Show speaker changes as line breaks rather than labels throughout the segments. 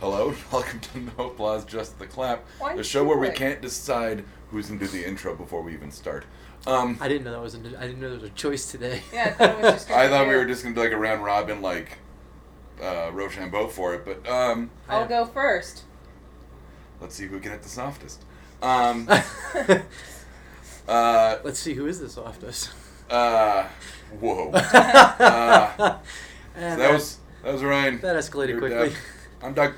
Hello and welcome to No Applause, Just the Clap,
Why
the
you
show where we
quit?
can't decide who's going to do the intro before we even start. Um,
I didn't know that was. A, I didn't know there was a choice today.
Yeah, I thought it was just gonna
I thought
be
we
a-
were just going to do like a round robin, like uh, Rochambeau for it, but um,
I'll
I-
go first.
let's see who can hit the softest. Um, uh,
Let's see who is the softest.
uh, whoa. So
And
that was that was Ryan.
that escalated
You're
quickly.
Deb. I'm Doug.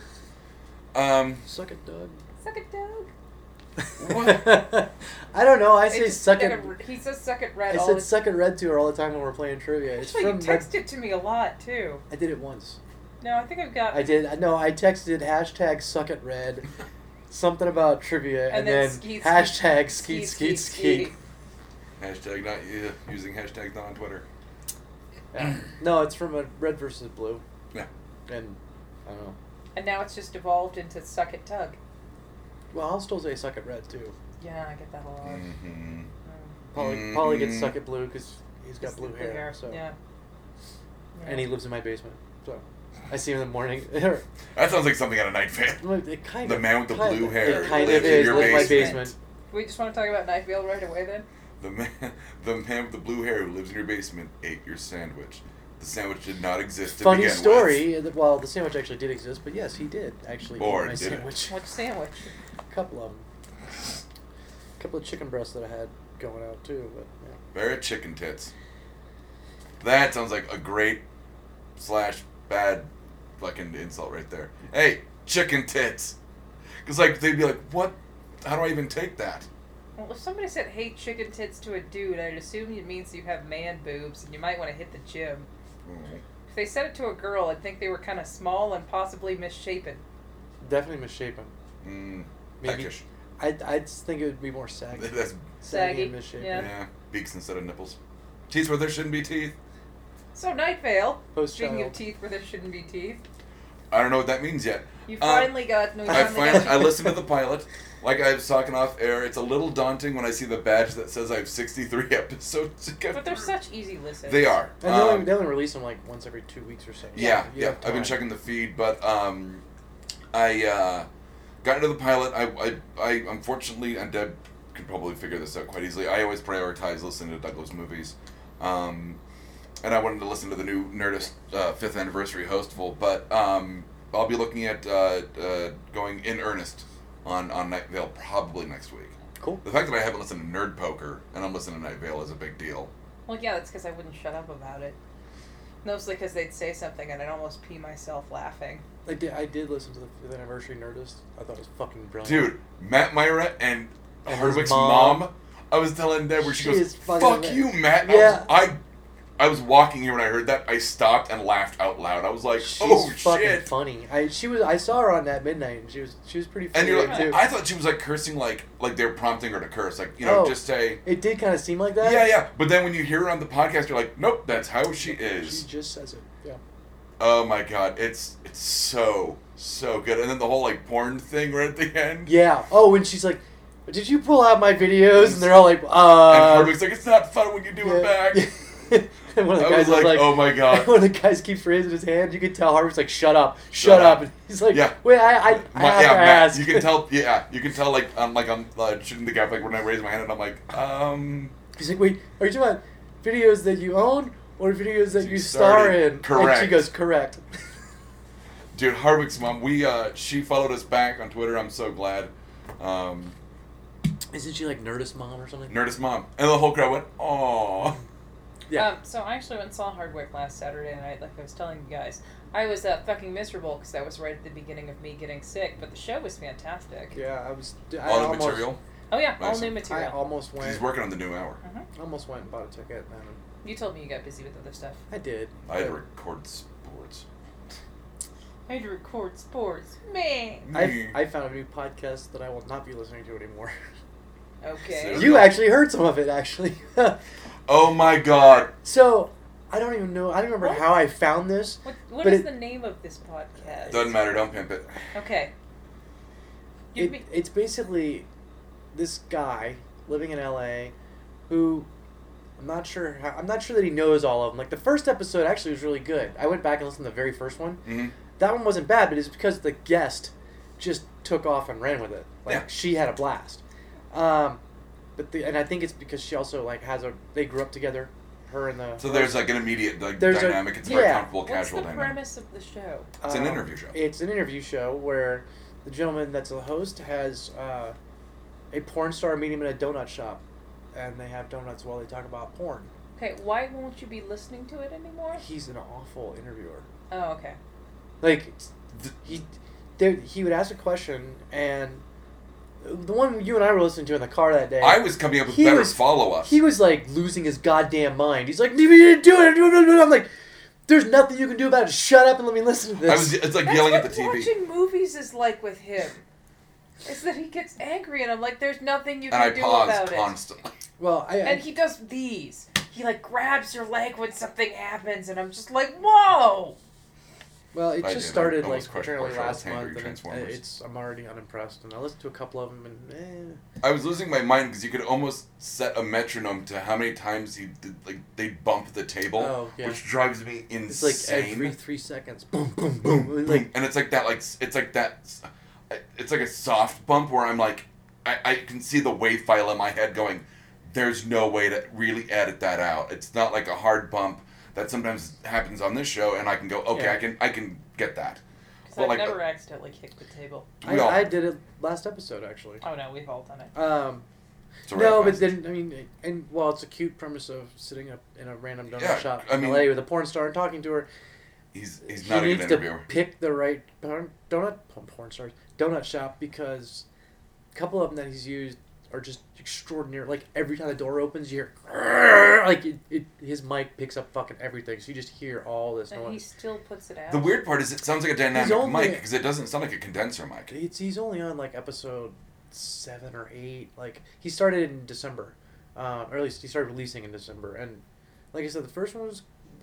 Um,
Suck it, Doug.
Suck it, Doug.
What?
I don't know. I
It
say
just
suck
said
it.
it- He says suck it red
I
all
said
the
suck it red to her all the time when we're playing trivia. It's
Actually, you
from. Red-
text it to me a lot, too.
I did it once.
No, I think I've got.
I did. No, I texted hashtag suck it red, something about trivia,
And
and,
then
then
skeet, skeet,
hashtag skeet skeet skeet.
hashtag not uh, using hashtags not on Twitter.
Yeah. No, it's from a red versus blue,
Yeah.
and I don't know.
And now it's just evolved into suck it, Tug.
Well, I'll still say suck at red too.
Yeah, I get that a lot.
hmm
Mm.
Polly, Polly gets
Mm.
suck at blue because he's got
Just
blue
the
hair, So.
Yeah. Yeah.
And he lives in my basement, so I see him in the morning. it
That sounds like something out of Night Vale.
kind
The
of,
man with the
kind
blue
of-
hair
It kind
lives
of
in
is.
your
Lives in my
basement.
basement.
We just want to talk about Knife Vale right away then?
The man, the man with the blue hair who lives in your basement ate your sandwich. The sandwich did not exist. To
Funny
begin
story. uh, that- Well, the sandwich actually did exist, but yes, he did actually eat
Or
my
did it?
sandwich.
What sandwich?
A couple of them. A couple of chicken breasts that I had going out too, but yeah.
With. They're at chicken tits. That sounds like a great slash bad fucking insult right there. Hey, chicken tits. Because like they'd be like, what? How do I even take that?
Well, if somebody said, hey, chicken tits to a dude, I'd assume it means you have man boobs and you might want to hit the gym.
Mm.
If they said it to a girl, I'd think they were kind of small and possibly misshapen.
Definitely misshapen.
Mm.
Maybe-
peckish.
I I just think it would be more saggy.
That's
saggy
Saggy,
and misshapen.
yeah.
Yeah.
Beaks instead of nipples. Teeth where there shouldn't be teeth.
So, Night Vale,
Post
speaking of
child.
teeth where there shouldn't be teeth,
I don't know what that means yet.
you
Uh,
finally got. No, you
I
finally
finally,
got-
I listened to the pilot. Like I was talking off air, it's a little daunting when I see the badge that says I have 63 episodes to get
But they're
through.
such easy listens.
They are.
And they,
Um,
only, they only release them like once every two weeks or so.
yeah,
You
yeah.
have
I've been
time.
checking the feed, but um, I uh, got into the pilot. I, I, I unfortunately, and Deb could probably figure this out quite easily. I always prioritize listening to Douglas movies, um, and I wanted to listen to the new Nerdist uh, fifth anniversary hostful, but um, I'll be looking at uh, uh, going in earnest on on Night Vale probably next week.
Cool.
The fact that I haven't listened to Nerd Poker and I'm listening to Night Vale is a big deal.
Well, yeah, that's because I wouldn't shut up about it. Mostly because they'd say something and I'd almost pee myself laughing.
I did. I did listen to the fifth anniversary Nerdist. I thought it was fucking brilliant.
Dude, Matt Myra and,
And his
Hardwick's mom.
mom.
I was telling Deb where she,
She
goes,
is
"Fuck
fucking lit."
you, Matt."
Yeah.
I, was, I, I was walking here when I heard that. I stopped and laughed out loud. I was like,
she's
"Oh
fucking
shit!"
funny. I she was. I saw her on that midnight, and she was she was pretty funny
And you're like,
too.
I thought she was like cursing, like like they're prompting her to curse, like you know,
Oh.
just say,
it did kind of seem like that.
"Yeah, yeah." But then when you hear her on the podcast, you're like, "Nope, that's how she is."
She just says it. Yeah.
Oh my god, it's it's so so good. And then the whole like porn thing right at the end.
Yeah. Oh, and she's like, "Did you pull out my videos?" And they're all like, "Uh."
And Hardwick's like, "It's not fun when you do it back."
back. and one of the
I
guys
was like, "Oh my god."
One of the guys keeps raising his hand. You can tell Harvey's like, "Shut up, shut,
up."
up. And he's like,
Yeah.
"Wait, I, I, I
My-
have
yeah,
to
Matt,
ask."
you can tell. Yeah, you can tell. Like I'm like I'm uh, shooting the gap. Like when I raise my hand and I'm like, um,
He's like, "Wait, are you talking about videos that you own or videos that
You
you, star
started.
in?" And she
Correct.
goes, "Correct."
dude, Hardwick's mom. We uh, she followed us back on Twitter. I'm so glad. Um,
Isn't she like Nerdist mom or something?
Nerdist mom and the whole crowd went, oh.
Yeah.
Um, so I actually went and saw Hardwick last Saturday night, like I was telling you guys. I was uh, fucking miserable because that was right at the beginning of me getting sick, but the show was fantastic.
yeah, I was. I
All the
almost,
material.
Oh, yeah, all
Nice.
new
I
material.
almost
He's
went.
working on the new hour.
Mhm.
Almost went and bought a ticket. And
You told me you got busy with other stuff.
I did.
I had to
but
record sports.
I had to record sports. Man.
I, I found a new podcast that I will not be listening to anymore.
Okay.
So-
you actually heard some of it, actually.
Oh my god.
so I don't even know. I don't remember
What?
how I found this.
What, what
But
is
it-
the name of this podcast?
Doesn't matter. Don't pimp it.
Okay. You
It,
be-
it's basically this guy living in LA who I'm not sure how, I'm not sure that he knows all of them. Like the first episode actually was really good. I went back and listened to the very first one.
hmm
That one wasn't bad, but it's because the guest just took off and ran with it. Like
Yeah.
she had a blast. Um, but the, and I think it's because she also like has a they grew up together, her and the
So there's like an immediate like,
There's a-
dynamic. it's a very
yeah.
comfortable,
What's
casual
the
dynamic.
premise of the show?
It's an
um,
interview show.
It's an interview show where the gentleman that's the host has uh, a porn star meet him in a donut shop, and they have donuts while they talk about porn.
Okay, why won't you be listening to it anymore?
He's an awful interviewer.
Oh, okay.
Like
Th-
he, there, he would ask a question, and the one you and I were listening to in the car that day,
I was coming up with
He
better
was-
follow ups.
he was like losing his goddamn mind. He's like, "You didn't do it." I'm like, "There's nothing you can do about it. Shut up and let me listen to this."
I was it's like
That's
yelling
what
at the TV.
watching movies is like with him. Is that he gets angry and I'm like, there's nothing you
and
can
I
do
paused
about it.
constantly.
well, I,
And he does these. He like grabs your leg when something happens, and I'm just like, whoa.
Well, it
I
just
did. I
started like
almost crushed
apparently
Marshall
last
Tank
month,
during
and it's,
Transformers.
it's I'm already unimpressed. And I listened to a couple of them, and eh.
I was losing my mind because you could almost set a metronome to how many times he did, like they bump the table,
Oh, yeah.
which drives me
it's
insane.
like every three seconds, boom, boom, boom,
boom, boom,
like
and it's like that, like s- it's like that, s- it's like a soft bump where I'm like, I, I can see the wave file in my head going. There's no way to really edit that out. It's not like a hard bump that sometimes happens on this show, and I can go, okay,
Yeah.
I can I can get that.
Because
Well,
I've
like,
never accidentally kicked the table.
I,
we all-
I did it last episode actually.
Oh no, we've all done it.
Um,
It's a
no,
rare
but
pass.
then I mean, and while it's a cute premise of sitting up in a random donut
Yeah,
shop
I
in
mean-
LA with a porn star and talking to her,
he's he's
he
not a good
needs to
interviewer.
pick the right porn, donut porn stars donut shop because a couple of them that he's used are just extraordinary. Like every time the door opens, you hear like it, it, his mic picks up fucking everything, so you just hear all this
And he
noise.
still puts it out.
The weird part is it sounds like a dynamic
only-
mic because it doesn't sound like a condenser mic.
It's he's only on like episode seven or eight. Like he started in December, um, or at least he started releasing in December. And like I said, the first one was.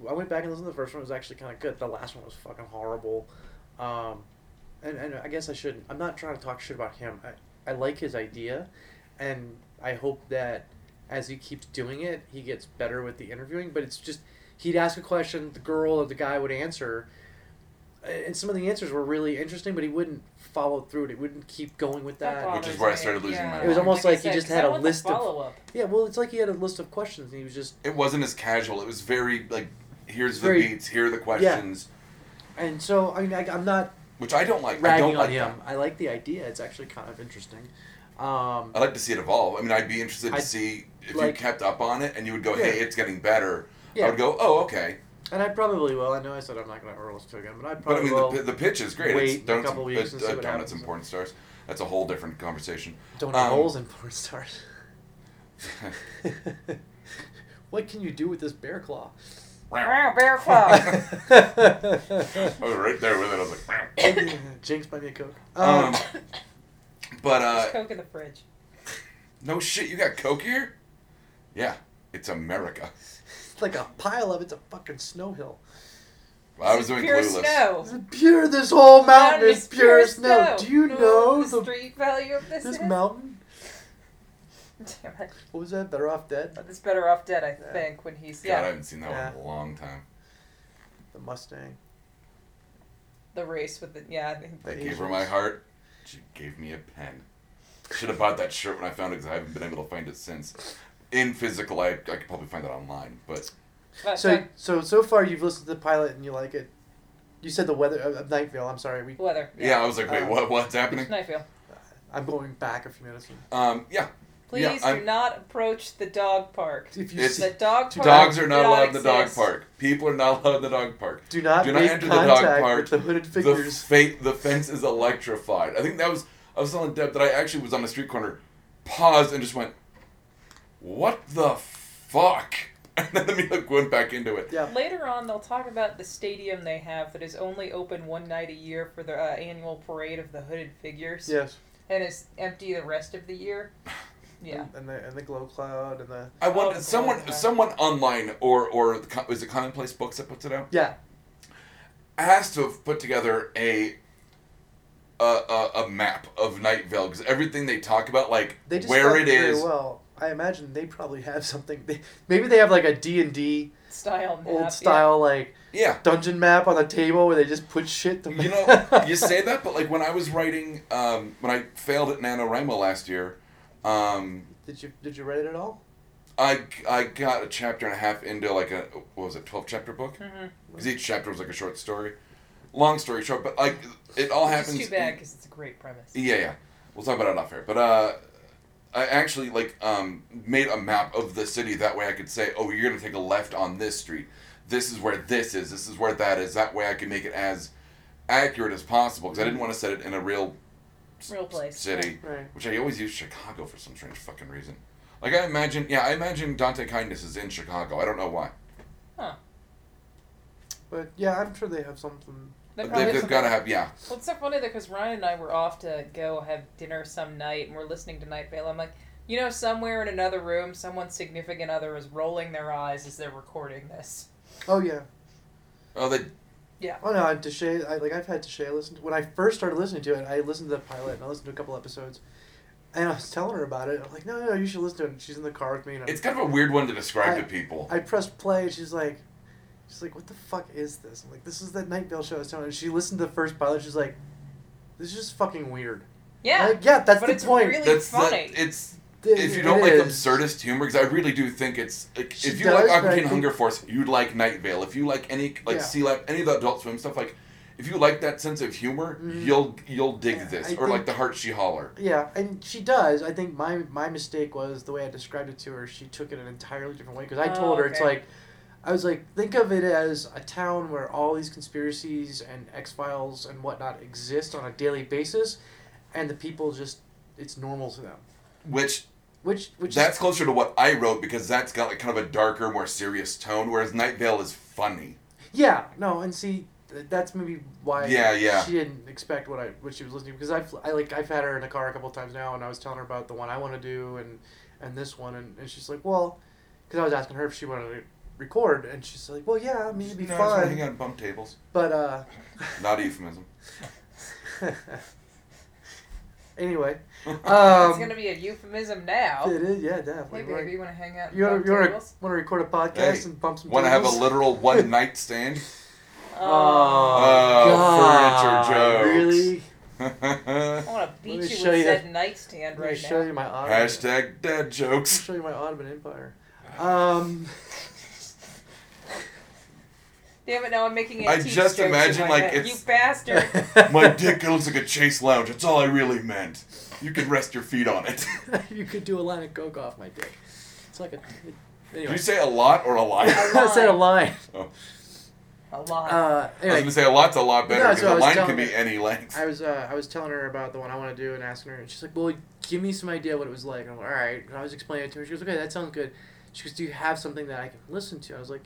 I went back and listened to the first one. It was actually kind of good. The last one was fucking horrible. Um, and, and I guess I shouldn't. I'm not trying to talk shit about him. I, I like his idea, and I hope that as he keeps doing it, he gets better with the interviewing. But it's just he'd ask a question, the girl or the guy would answer, and some of the answers were really interesting, but he wouldn't follow through. It He wouldn't keep going with
That
that.
Which is
bothers
where I
me.
started losing
Yeah.
my
It was mind. almost
I
like he
said,
just
'cause
had
I
a
want
list
the
of-
follow up.
Yeah, well, it's like he had a list of questions, and he was just
It wasn't as casual. It was very like, here's the
Very-
beats, here are the questions,
and so I mean I, I'm not
which I don't like. I
ragging
don't
on
like
him.
that. Uh,
I like the idea. It's actually kind of interesting. Um,
I like to see it evolve. I mean, I'd be interested to
I'd
see if
like-
you kept up on it and you would go,
Yeah.
hey, it's getting better. I
yeah,
would go, oh, okay.
and I probably will. I know I said I'm not going to overlist to again, but I
But I
probably
mean,
will.
the, the pitch is great.
wait
it's
a
donuts,
couple
and,
weeks
uh,
and see what
donuts
happens.
and porn stars. That's a whole different conversation.
Don't
um,
holes in porn stars. what can you do with this bear claw?
I
Bear Claw.
was right there with it. I was like, "Meow."
Jinx, buy me a coke.
Um,
Um,
but
There's
uh,
Coke in the fridge.
no shit, you got coke here? Yeah, it's America.
it's like a pile of it's a fucking snow hill.
I
It's
was doing
pure
clueless.
snow.
This is pure. This whole mountain is pure snow.
snow.
Do you
Who
know
the
the,
street value of this?
this
is?
mountain?
Damn it.
What was that? Better off dead.
But It's better off dead, I
Yeah.
think, when he's
God, I
yeah.
haven't seen that one in a long time.
The Mustang.
The race with the yeah. I think-
I
The
gave her my
Asians.
heart. She gave me a pen. Should have bought that shirt when I found it because I haven't been able to find it since. In physical, I, I could probably find that online, but
But, uh,
So so so far you've listened to the pilot and you like it. You said the weather of uh, Night Vale. I'm sorry. We
but weather.
yeah, I was like, wait,
Uh,
what? What's happening?
Knifeville.
I'm going back a few minutes.
Um, yeah,
Please
Yeah,
do
I'm-
not approach the dog park.
If you
It's-
see,
The dog park.
dogs are not
did
allowed in the dog
exist.
park. People are not allowed in the dog park.
do not
do not
make
enter the dog
contact
park.
with the hooded
The
figures.
fate, the fence is electrified. I think that was. I was telling Deb that I actually was on a street corner, paused and just went, "What the fuck?" And then the like, went back into it.
yeah.
Later on, they'll talk about the stadium they have that is only open one night a year for the uh, annual parade of the hooded figures,
Yes.
and it's empty the rest of the year. Yeah,
And, and the and the glow cloud and the
I want
Oh,
someone,
okay.
someone online or or the, co- is it Commonplace Books that puts it out?
yeah.
Has to have put together a a, a, a map of Night Vale because everything they talk about, like
They just
where
done
it
very
is,
well. I imagine they probably have something. They, maybe they have like a D and D
style map.
old style like
Yeah.
dungeon map on the table where they just put shit to
You know, you say that, but like when I was writing, um, when I failed at NaNoWriMo last year, um,
Did you did you write it at all?
I, I got a chapter and a half into like a, what was it, 12 chapter book?
Mhm.
Because each chapter was like a short story. Long story short, but like it all
Which is
happens.
too bad because it's a great premise.
Yeah, yeah. We'll talk about it off air. But uh, I actually like um, made a map of the city. That way, I could say, "Oh, you're gonna take a left on this street. This is where this is. This is where that is." That way, I can make it as accurate as possible because I didn't want to set it in a real, s-
Real place,
city,
Right.
which I always use Chicago for some strange fucking reason. Like I imagine, yeah, I imagine Dante Kindness is in Chicago. I don't know why.
But yeah, I'm sure they have something.
But
That probably
They've, they've got to have yeah.
Well, it's so funny though, because Ryan and I were off to go have dinner some night, and we're listening to Night Vale. I'm like, you know, somewhere in another room, someone's significant other is rolling their eyes as they're recording this.
Oh yeah.
Oh, they
Oh no, I Deshay. I like I've had Deshay listen to, when I first started listening to it. I listened to the pilot and I listened to a couple episodes, and I was telling her about it. I'm like, no, no, you should listen to it. And she's in the car with me, and I'm,
it's kind of a weird one to describe
I-
to people.
I pressed play, and she's like, she's like, what the fuck is this? I'm like, this is that Night Vale show I was telling. her. And she listened to the first pilot. She's like, this is just fucking weird.
Yeah,
Like, yeah, that's
but
the
it's
point.
really
That's the-
funny.
it's
Th-
if you
it
don't like
is.
absurdist humor, because I really do think it's like,
She
if you
does,
like
but
Aquatine
I think-
Hunger Force, you'd like Night Vale. If you like any like
Yeah.
Sea Lab, any of the Adult Swim stuff, like if you like that sense of humor,
Mhm.
you'll you'll dig
Yeah,
this.
I
or like
think-
the Heart She Holler.
Yeah, and she does. I think my my mistake was the way I described it to her. She took it an entirely different way because I
Oh,
told her it's
okay.
like, I was like, think of it as a town where all these conspiracies and X Files and whatnot exist on a daily basis, and the people just it's normal to them.
Which,
Which which is-
that's closer to what I wrote because that's got like kind of a darker, more serious tone, whereas Night Vale is funny.
yeah no and see th- that's maybe why
Yeah, yeah.
she didn't expect what I what she was listening to because I've I like I've had her in the car a couple times now and I was telling her about the one I want to do and and this one and, and she's like well because I was asking her if she wanted to record and she's like well yeah I mean it'd be
No, I just wanna hang
fun
out at bump tables.
but uh
Not a euphemism.
anyway
it's
um
gonna be a euphemism now.
it is yeah definitely
Hey,
We're-
baby, you want to hang out? and
you
bump
want to want
tables?
to record a podcast
Hey,
and bump some
Want to have a
tables?
literal one night stand? Uh,
Oh,
Oh,
God.
furniture jokes.
really
I want to beat
me
you
show
with
you-
said nightstand
Let me
right
show
now.
you my Ottoman.
Hashtag dad
Let me
jokes.
show you my Ottoman Empire. Um,
Damn it! Now I'm making it.
I just imagine, like, it's-
you bastard.
My dick looks like a chase lounge. That's all I really meant. You can rest your feet on it.
you could do a line of coke off my dick. It's like a.
Did
Anyway,
you say a lot or a lot?
A
I said a line.
a lot.
I
Uh,
was
anyway,
gonna say a lot's a lot better
No,
because
that's
a
what I was
line can
telling
be
her.
any length.
I was uh, I was telling her about the one I want to do and asking her, and she's like, "Well, give me some idea what it was like." And I'm like, "All right." And I was explaining it to her. She goes, "Okay, that sounds good." She goes, "Do you have something that I can listen to?" I was like,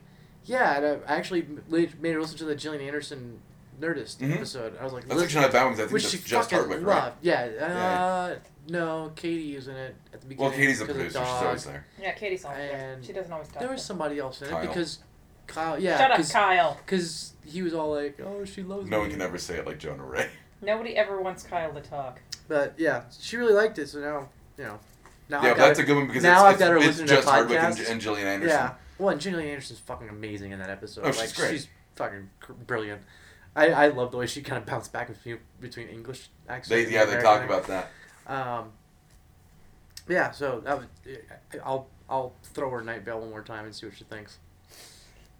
"Yeah." And I actually made her listen to the Gillian Anderson Nerdist
Mhm.
episode. I was like,
That's
"Listen."
actually not bad one because I think
Which she
that's just
fucking
Hardwick, right?
loved. Yeah. Uh,
Yeah.
No, Katie was in it at the
Well,
beginning.
Katie's a
'cause of
producer. She's
Dog.
always there.
yeah, Katie's on there.
and
She doesn't always talk.
There
though.
was somebody else in it
Kyle.
because Kyle. Yeah.
Shut up,
cause,
Kyle.
'cause he was all like, "Oh, she loves me."
No one can ever say it like Jonah Ray.
Nobody ever wants Kyle to talk.
But yeah, she really liked it. So now, you know, now
yeah,
I've
but
got
that's
it.
a good one because
now I've
it's,
gotta
it's,
listen
it's
to
just Hardwick and,
podcasts.
and Gillian Anderson.
Yeah. Well, and Gillian Anderson's fucking amazing in that episode.
Oh,
like,
she's great.
She's fucking cr- brilliant. I, I love the way she kind of bounced back and forth between English accents.
They
and
yeah they
American
talk
accent.
about that.
Um, yeah, so that was, eh, I'll I'll throw her Night Vale one more time and see what she thinks.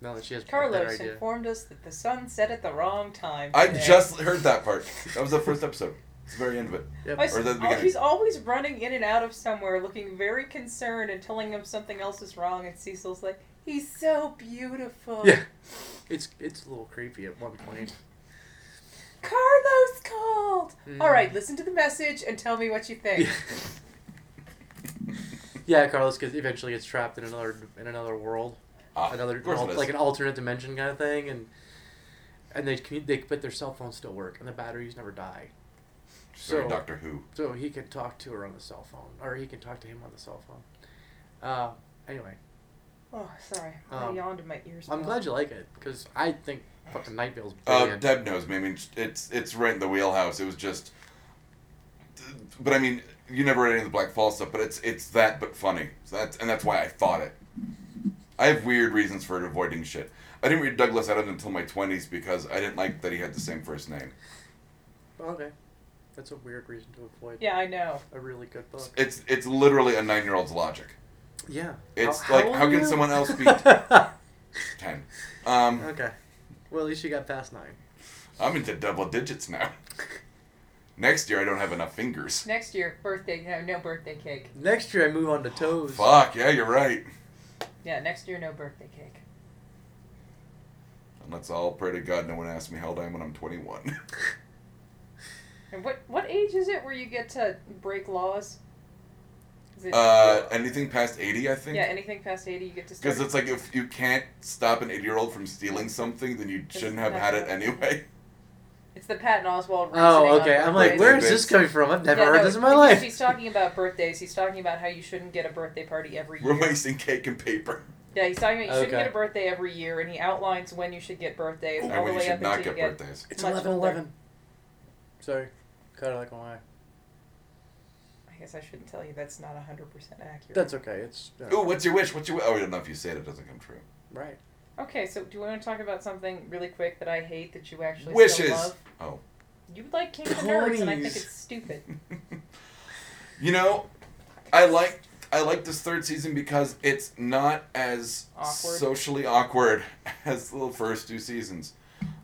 Now that she has a better
Carlos eh,
idea.
informed us that the sun set at the wrong time.
I
today.
just heard that part. That was the first episode. It's the very end of it.
My
or the
son-
beginning.
Oh, he's always running in and out of somewhere, looking very concerned and telling him something else is wrong. And Cecil's like, "He's so beautiful."
Yeah. It's it's a little creepy at one point.
Carlos called.
Mm.
All right, listen to the message and tell me what you think.
Yeah. Mm. yeah, Carlos gets, eventually gets trapped in another in another world,
Ah,
another
of course it is.
like an alternate dimension kind of thing, and and they commu- they but their cell phones still work and the batteries never die,
Sorry,
so-
Doctor Who.
so he can talk to her on the cell phone or he can talk to him on the cell phone. Uh, anyway.
Oh, sorry, I
Um,
yawned in my ears.
I'm
now.
glad you like it because I think fucking Night Vale's
Uh,
brilliant.
Deb knows me. I mean, it's it's right in the wheelhouse. It was just, but I mean, you never read any of the Black Fall stuff, but it's it's that but funny. So that's and that's why I thought it. I have weird reasons for avoiding shit. I didn't read Douglas Adams until my twenties because I didn't like that he had the same first name.
Oh, Okay. That's a weird reason to avoid
Yeah, I know.
a really good book.
It's it's literally a nine year old's logic.
Yeah.
It's like,
old
how
are
can
you?
someone else be- Ten. Um,
okay. Well, at least you got past nine.
I'm into double digits now. Next year I don't have enough fingers.
Next year, birthday no no birthday cake.
Next year I move on to toes.
Fuck yeah, you're right.
Yeah, next year no birthday cake.
And let's all pray to God no one asks me how old I am when I'm 21.
And what what age is it where you get to break laws? Is it,
Uh, anything past 80, I think.
yeah, anything past eighty, you get to.
Because
start-
it's like if you can't stop an 80 year old from stealing something, then you shouldn't have had it anyway.
It's the Patton Oswald.
Oh, okay. I'm like,
Right.
where is
Right.
this coming from? I've never
uh, Yeah,
heard
no,
this in my
because
life.
He's talking about birthdays. He's talking about how you shouldn't get a birthday party every year.
We're wasting cake and paper.
Yeah, he's talking about you shouldn't
Okay.
get a birthday every year, and he outlines when you should get birthdays
And
all the
when you
way
should
up
not
until
get
you get.
birthdays.
It's
Much
11
older.
11. Sorry. Cut it like my eye.
I guess I shouldn't tell you that's not hundred percent accurate.
That's okay. It's. yeah.
Ooh, what's your wish? What's your wish? Oh, I don't know if you say it, it doesn't come true.
Right.
okay. So do you want to talk about something really quick that I hate that you actually
Wishes.
Still love?
Oh.
You like King of the Nerds, and I think
Please.
it's stupid.
you know, I like I like this third season because it's not as
Awkward.
socially awkward as the first two seasons.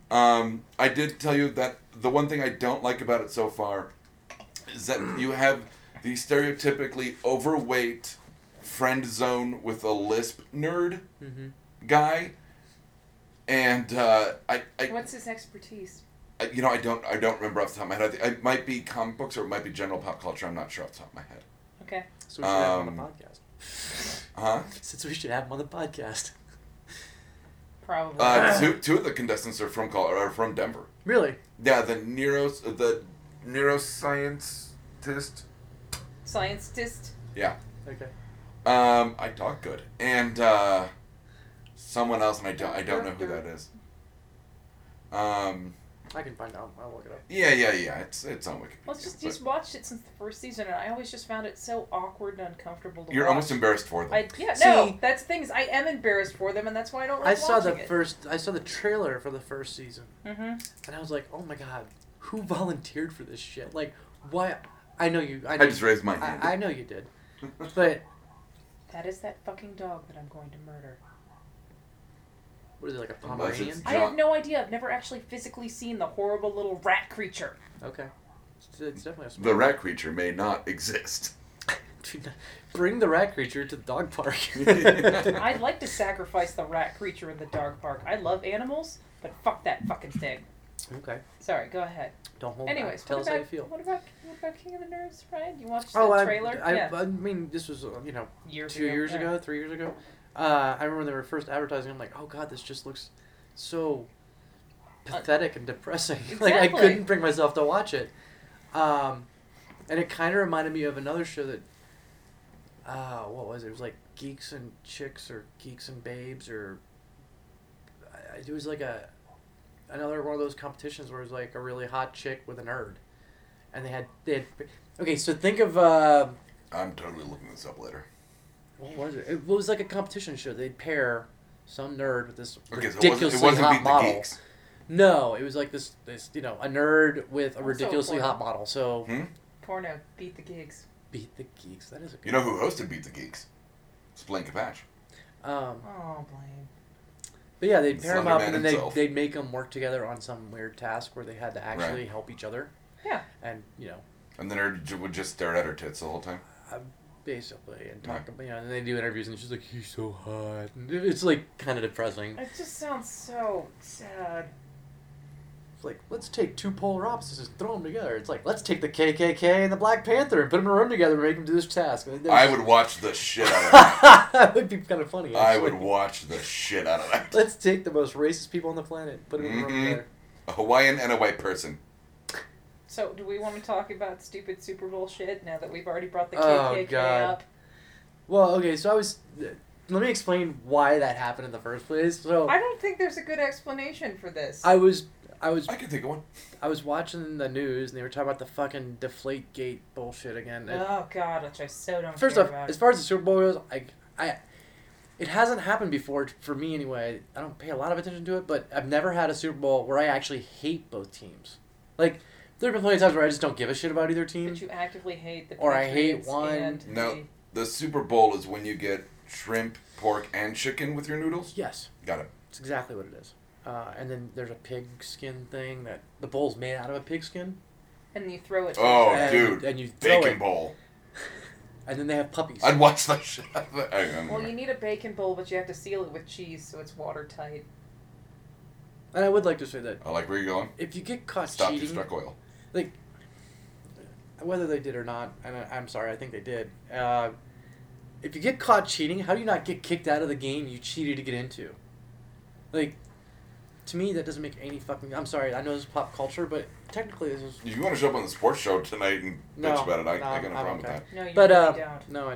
Um, I did tell you that the one thing I don't like about it so far is that you have the stereotypically overweight friend zone with a lisp nerd
Mm-hmm.
guy, and uh, I, I
What's his expertise?
I- you know, I don't, I don't remember off the top of my head. I think it might be comic books or it might be general pop culture. I'm not sure off the top of my head.
Okay.
So we should have him on the
Um,
podcast.
Huh?
Since we should have him on the podcast.
Probably.
Uh, two, two of the contestants are from Col- are from Denver.
Really?
Yeah, the neuros, the neuroscientist.
Scientist.
Yeah,
Okay.
um, I talk good, and uh, someone else, and I don't, I don't know who that is. Um,
I can find out. I'll look it up.
yeah, yeah, yeah. It's it's on Wikipedia.
Well, it's just
but
just watched it since the first season, and I always just found it so awkward and uncomfortable. To
you're
watch.
almost embarrassed for them.
I, yeah,
See-
no, that's the thing is I am embarrassed for them, and that's why I don't. Like
I saw the
watching it.
first. I saw the trailer for the first season,
Mm-hmm.
and I was like, "Oh my god, who volunteered for this shit? Like, why? I know you. I,
I
know
just raised my hand.
I, I know you did, but
That is that fucking dog that I'm going to murder.
what is it like a
Unless it's-
Pomeranian?
I have no idea. I've never actually physically seen the horrible little rat creature.
Okay, it's, it's definitely a small.
the rat creature may not exist.
Dude, Bring the rat creature to the dog park.
I'd like to sacrifice the rat creature in the dog park. I love animals, but fuck that fucking thing.
okay,
Sorry, go ahead.
don't hold
Anyways,
back. Oh, Tell
what
us
about,
how you feel.
What about what about King of the Nerds, Brian? You watched
Oh,
the
I,
trailer?
I,
yeah,
I mean, this was uh, you know
years
two years
yeah.
ago, three years ago. Uh, I remember when they were first advertising. I'm like, oh god, this just looks so pathetic and depressing. like I
Uh, Exactly.
couldn't bring myself to watch it. Um, and it kind of reminded me of another show that. Uh, what was it? It was like Geeks and Chicks or Geeks and Babes or. I- It was like a, another one of those competitions where it was like a really hot chick with a nerd, and they had they had. Okay, so think of. Uh,
I'm totally looking this up later.
what was it? It was like a competition show. They'd pair some nerd with this
Okay, so it wasn't,
ridiculously
it wasn't
hot
Meet
model.
the Geeks.
No, it was like this, this you know, a nerd with a
Also
ridiculously
porn.
hot model. So
Hmm?
Porno beat the gigs.
beat the geeks. That is a good.
You know who hosted Beat the Geeks? It's Blank Patch.
Um,
Oh, blame.
but yeah, they'd pair them up
Slenderman
and then they
himself.
they'd make them work together on some weird task where they had to actually help each other.
Yeah.
And you know,
And the nerd j- would just stare at her tits the whole time.
basically, and
Mm-hmm.
talk about you know, and they do interviews and she's like, "He's so hot." And It's like kind of depressing.
It just sounds so sad.
It's like, let's take two polar opposites and throw them together. It's like, let's take the KKK and the Black Panther and put them in a room together and make them do this task. And
I would watch the shit out of that.
that would be kind of funny.
I
actually.
would watch the shit out of that.
Let's take the most racist people on the planet, put them in a room
Mhm.
together.
A Hawaiian and a white person.
So, do we want to talk about stupid Super Bowl shit now that we've already brought the
Oh,
KKK
God.
up?
Well, okay, so I was. Let me explain why that happened in the first place. So
I don't think there's a good explanation for this.
I was, I was,
I can think of one.
I was watching the news and they were talking about the fucking Deflate Gate bullshit again. And
oh God, which I so don't.
First
care
off,
about.
as far as the Super Bowl goes, I, I, it hasn't happened before for me anyway. I don't pay a lot of attention to it, but I've never had a Super Bowl where I actually hate both teams. Like there have been plenty of times where I just don't give a shit about either team.
But you actively hate the
Or I hate
Patriots
one-
and
No.
the-
The Super Bowl is when you get shrimp, pork, and chicken with your noodles.
yes,
Got it.
it's exactly what it is. Uh, and then there's a pig skin thing that the bowl's made out of a pig skin.
and you throw it.
Oh,
and,
dude.
And you throw
Bacon
it,
bowl.
and then they have puppies.
I'd watch that shit. I don't
Well,
know.
you need a bacon bowl, but you have to seal it with cheese so it's watertight.
and I would like to say that
I like where you're going.
if you get caught
Stop you
cheating,
struck oil.
whether they did or not, and I, I'm sorry, I think they did. Uh, if you get caught cheating, how do you not get kicked out of the game you cheated to get into? Like, to me, that doesn't make any fucking. I'm sorry, I know this is pop culture, but technically, this is
If you want to show up on the sports show tonight and
No,
bitch about it, I,
no,
I got no
I'm
problem with
okay.
that.
No, you
But
really
uh,
don't.
no, I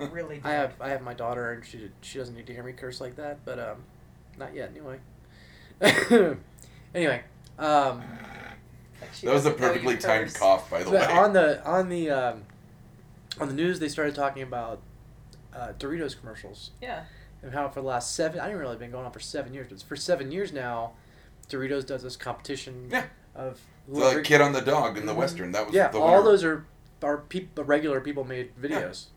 You really don't.
I have I have my daughter, and she she doesn't need to hear me curse like that, but um, not yet anyway. anyway, um,
Like, she
That was a
doesn't know you
perfectly timed
curse.
cough, by the way.
but on the on the um, on the news, they started talking about uh, Doritos commercials
Yeah.
and how for the last seven I didn't really been going on for seven years, but for seven years now, Doritos does this competition
Yeah.
of
the kid on the dog in the western. That was
Mm-hmm. yeah,
the
all
winner.
those are are peop- regular people made videos.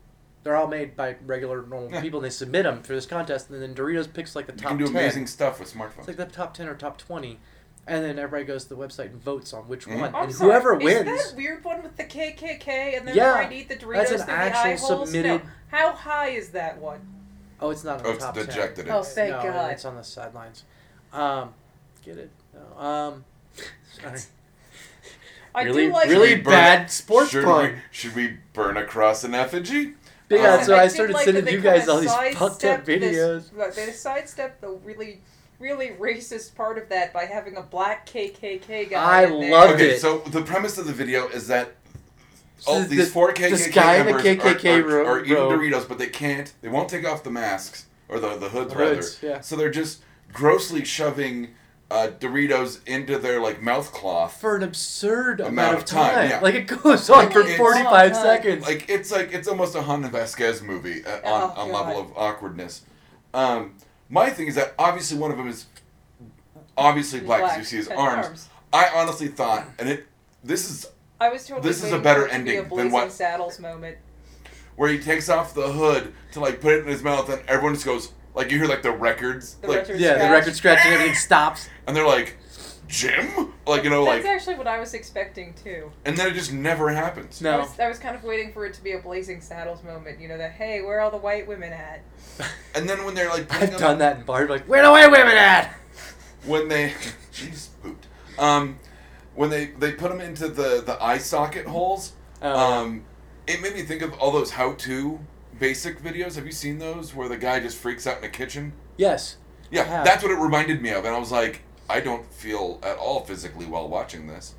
They're all made by regular normal
Yeah.
people, and they submit them for this contest, and then Doritos picks like the
You
top
can do
ten.
amazing stuff with smartphones.
It's like the top ten or top twenty, and then everybody goes to the website and votes on which
Mhm.
one,
I'm
and
sorry,
whoever
is
wins.
that weird one with the KKK and they're
Yeah,
trying to eat the Doritos
that's an
through the eye
actual
holes?
submitted-
No. How high is that one?
oh, it's not on
oh,
the
it's
top ten.
dejected.
Oh,
It's-
thank
no,
God.
it's on the sidelines. Um, get it? No. Um, sorry.
I
Really-
do like
really
Should we burn-
bad sports
should
pun.
We, should we burn across an effigy?
But
Um,
yeah, so I
did
started
uh, like that
sending
they
you guys
kinda
all these fucked up
sidestepped
videos.
This, like, they sidestepped the really, really racist part of that by having a black KKK guy.
I
in there.
loved
Okay,
it.
so the premise of the video is that
So
all
this-
these four KKK
this guy in a
members
KKK
are, are,
ro-
are eating
robe.
Doritos, but they can't. They won't take off the masks or the the hoods
The
rather.
hoods, yeah.
So they're just grossly shoving uh, Doritos into their like mouth cloth.
for an absurd amount,
Amount
of
of time,
time.
yeah.
Like it goes on for
It's-
45
Long time.
seconds.
Like it's like it's almost a Hanna Vasquez movie uh, on,
Oh,
on
God.
level of awkwardness. Um, my thing is that obviously one of them is obviously
He's
black,
black.
because you see his
His
arms.
arms.
I honestly thought, and it this is
I was totally.
This is a
waiting
better
for it to be
ending
a
than
Blazing
what-
Saddles moment.
where he takes off the hood to like put it in his mouth, and everyone just goes like you hear like the records,
The
like,
records.
yeah, the
scratch.
record scratch and everything stops.
and they're like, Jim, like you know,
That's
like,
actually what I was expecting too.
and then it just never happens.
I
No.
was, I was kind of waiting for it to be a Blazing Saddles moment. You know, that hey, where are all the white women at?
And then when they're like, putting
I've
on-
done that in bars. Like, where do I women at?
when they, jeez, pooped. Um, when they they put them into the the eye socket holes,
Oh,
um, it made me think of all those how to basic videos. Have you seen those where the guy just freaks out in a kitchen?
yes. I
Yeah,
have.
that's what it reminded me of, and I was like, I don't feel at all physically well watching this.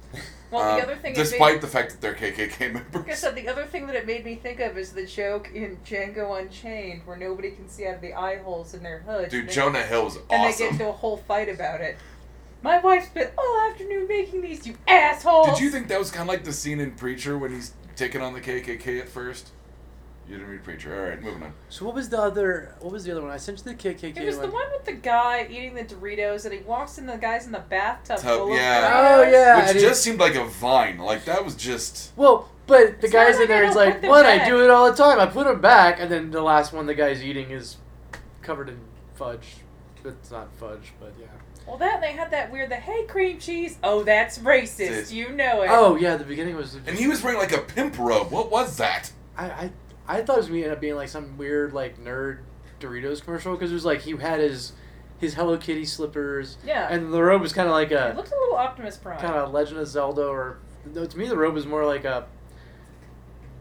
Well,
Um,
the other thing is.
despite the fact that they're KKK
Like I
members.
said, the other thing that it made me think of is the joke in Django Unchained where nobody can see out of the eye holes in their hoods.
Dude,
They-
Jonah Hill was
And they get
awesome.
into a whole fight about it. My wife spent all afternoon making these, you assholes!
Did you think that was kind of like the scene in Preacher when he's taking on the KKK at first? You didn't read Preacher. All right, moving on.
So what was the other? What was the other one? I sent you the KKK
It was the one with the guy eating the Doritos and he walks in the guys in the bathtub
Tub,
full of
yeah.
Doritos.
Oh, yeah. I
Which
didn't-
just seemed like a vine. Like that was just.
Well, but the
It's
guys
not like
in
I
there is
don't
like,
put them
what? I
back."
do it all the time. I put them back, and then the last one the guy's eating is covered in fudge. It's not fudge, but yeah.
Well, that and they had that weird, the hey, cream cheese. Oh, that's racist.
Sis.
You know it.
Oh yeah, the beginning was.
And he was wearing like a pimp robe. What was that?
I, I, I thought it was gonna end up being like some weird like nerd Doritos commercial because it was like he had his his Hello Kitty slippers
Yeah.
and uh, the robe was kind of like
it
a
looked a little Optimus Prime.
kind of Legend of Zelda or no, to me the robe was more like a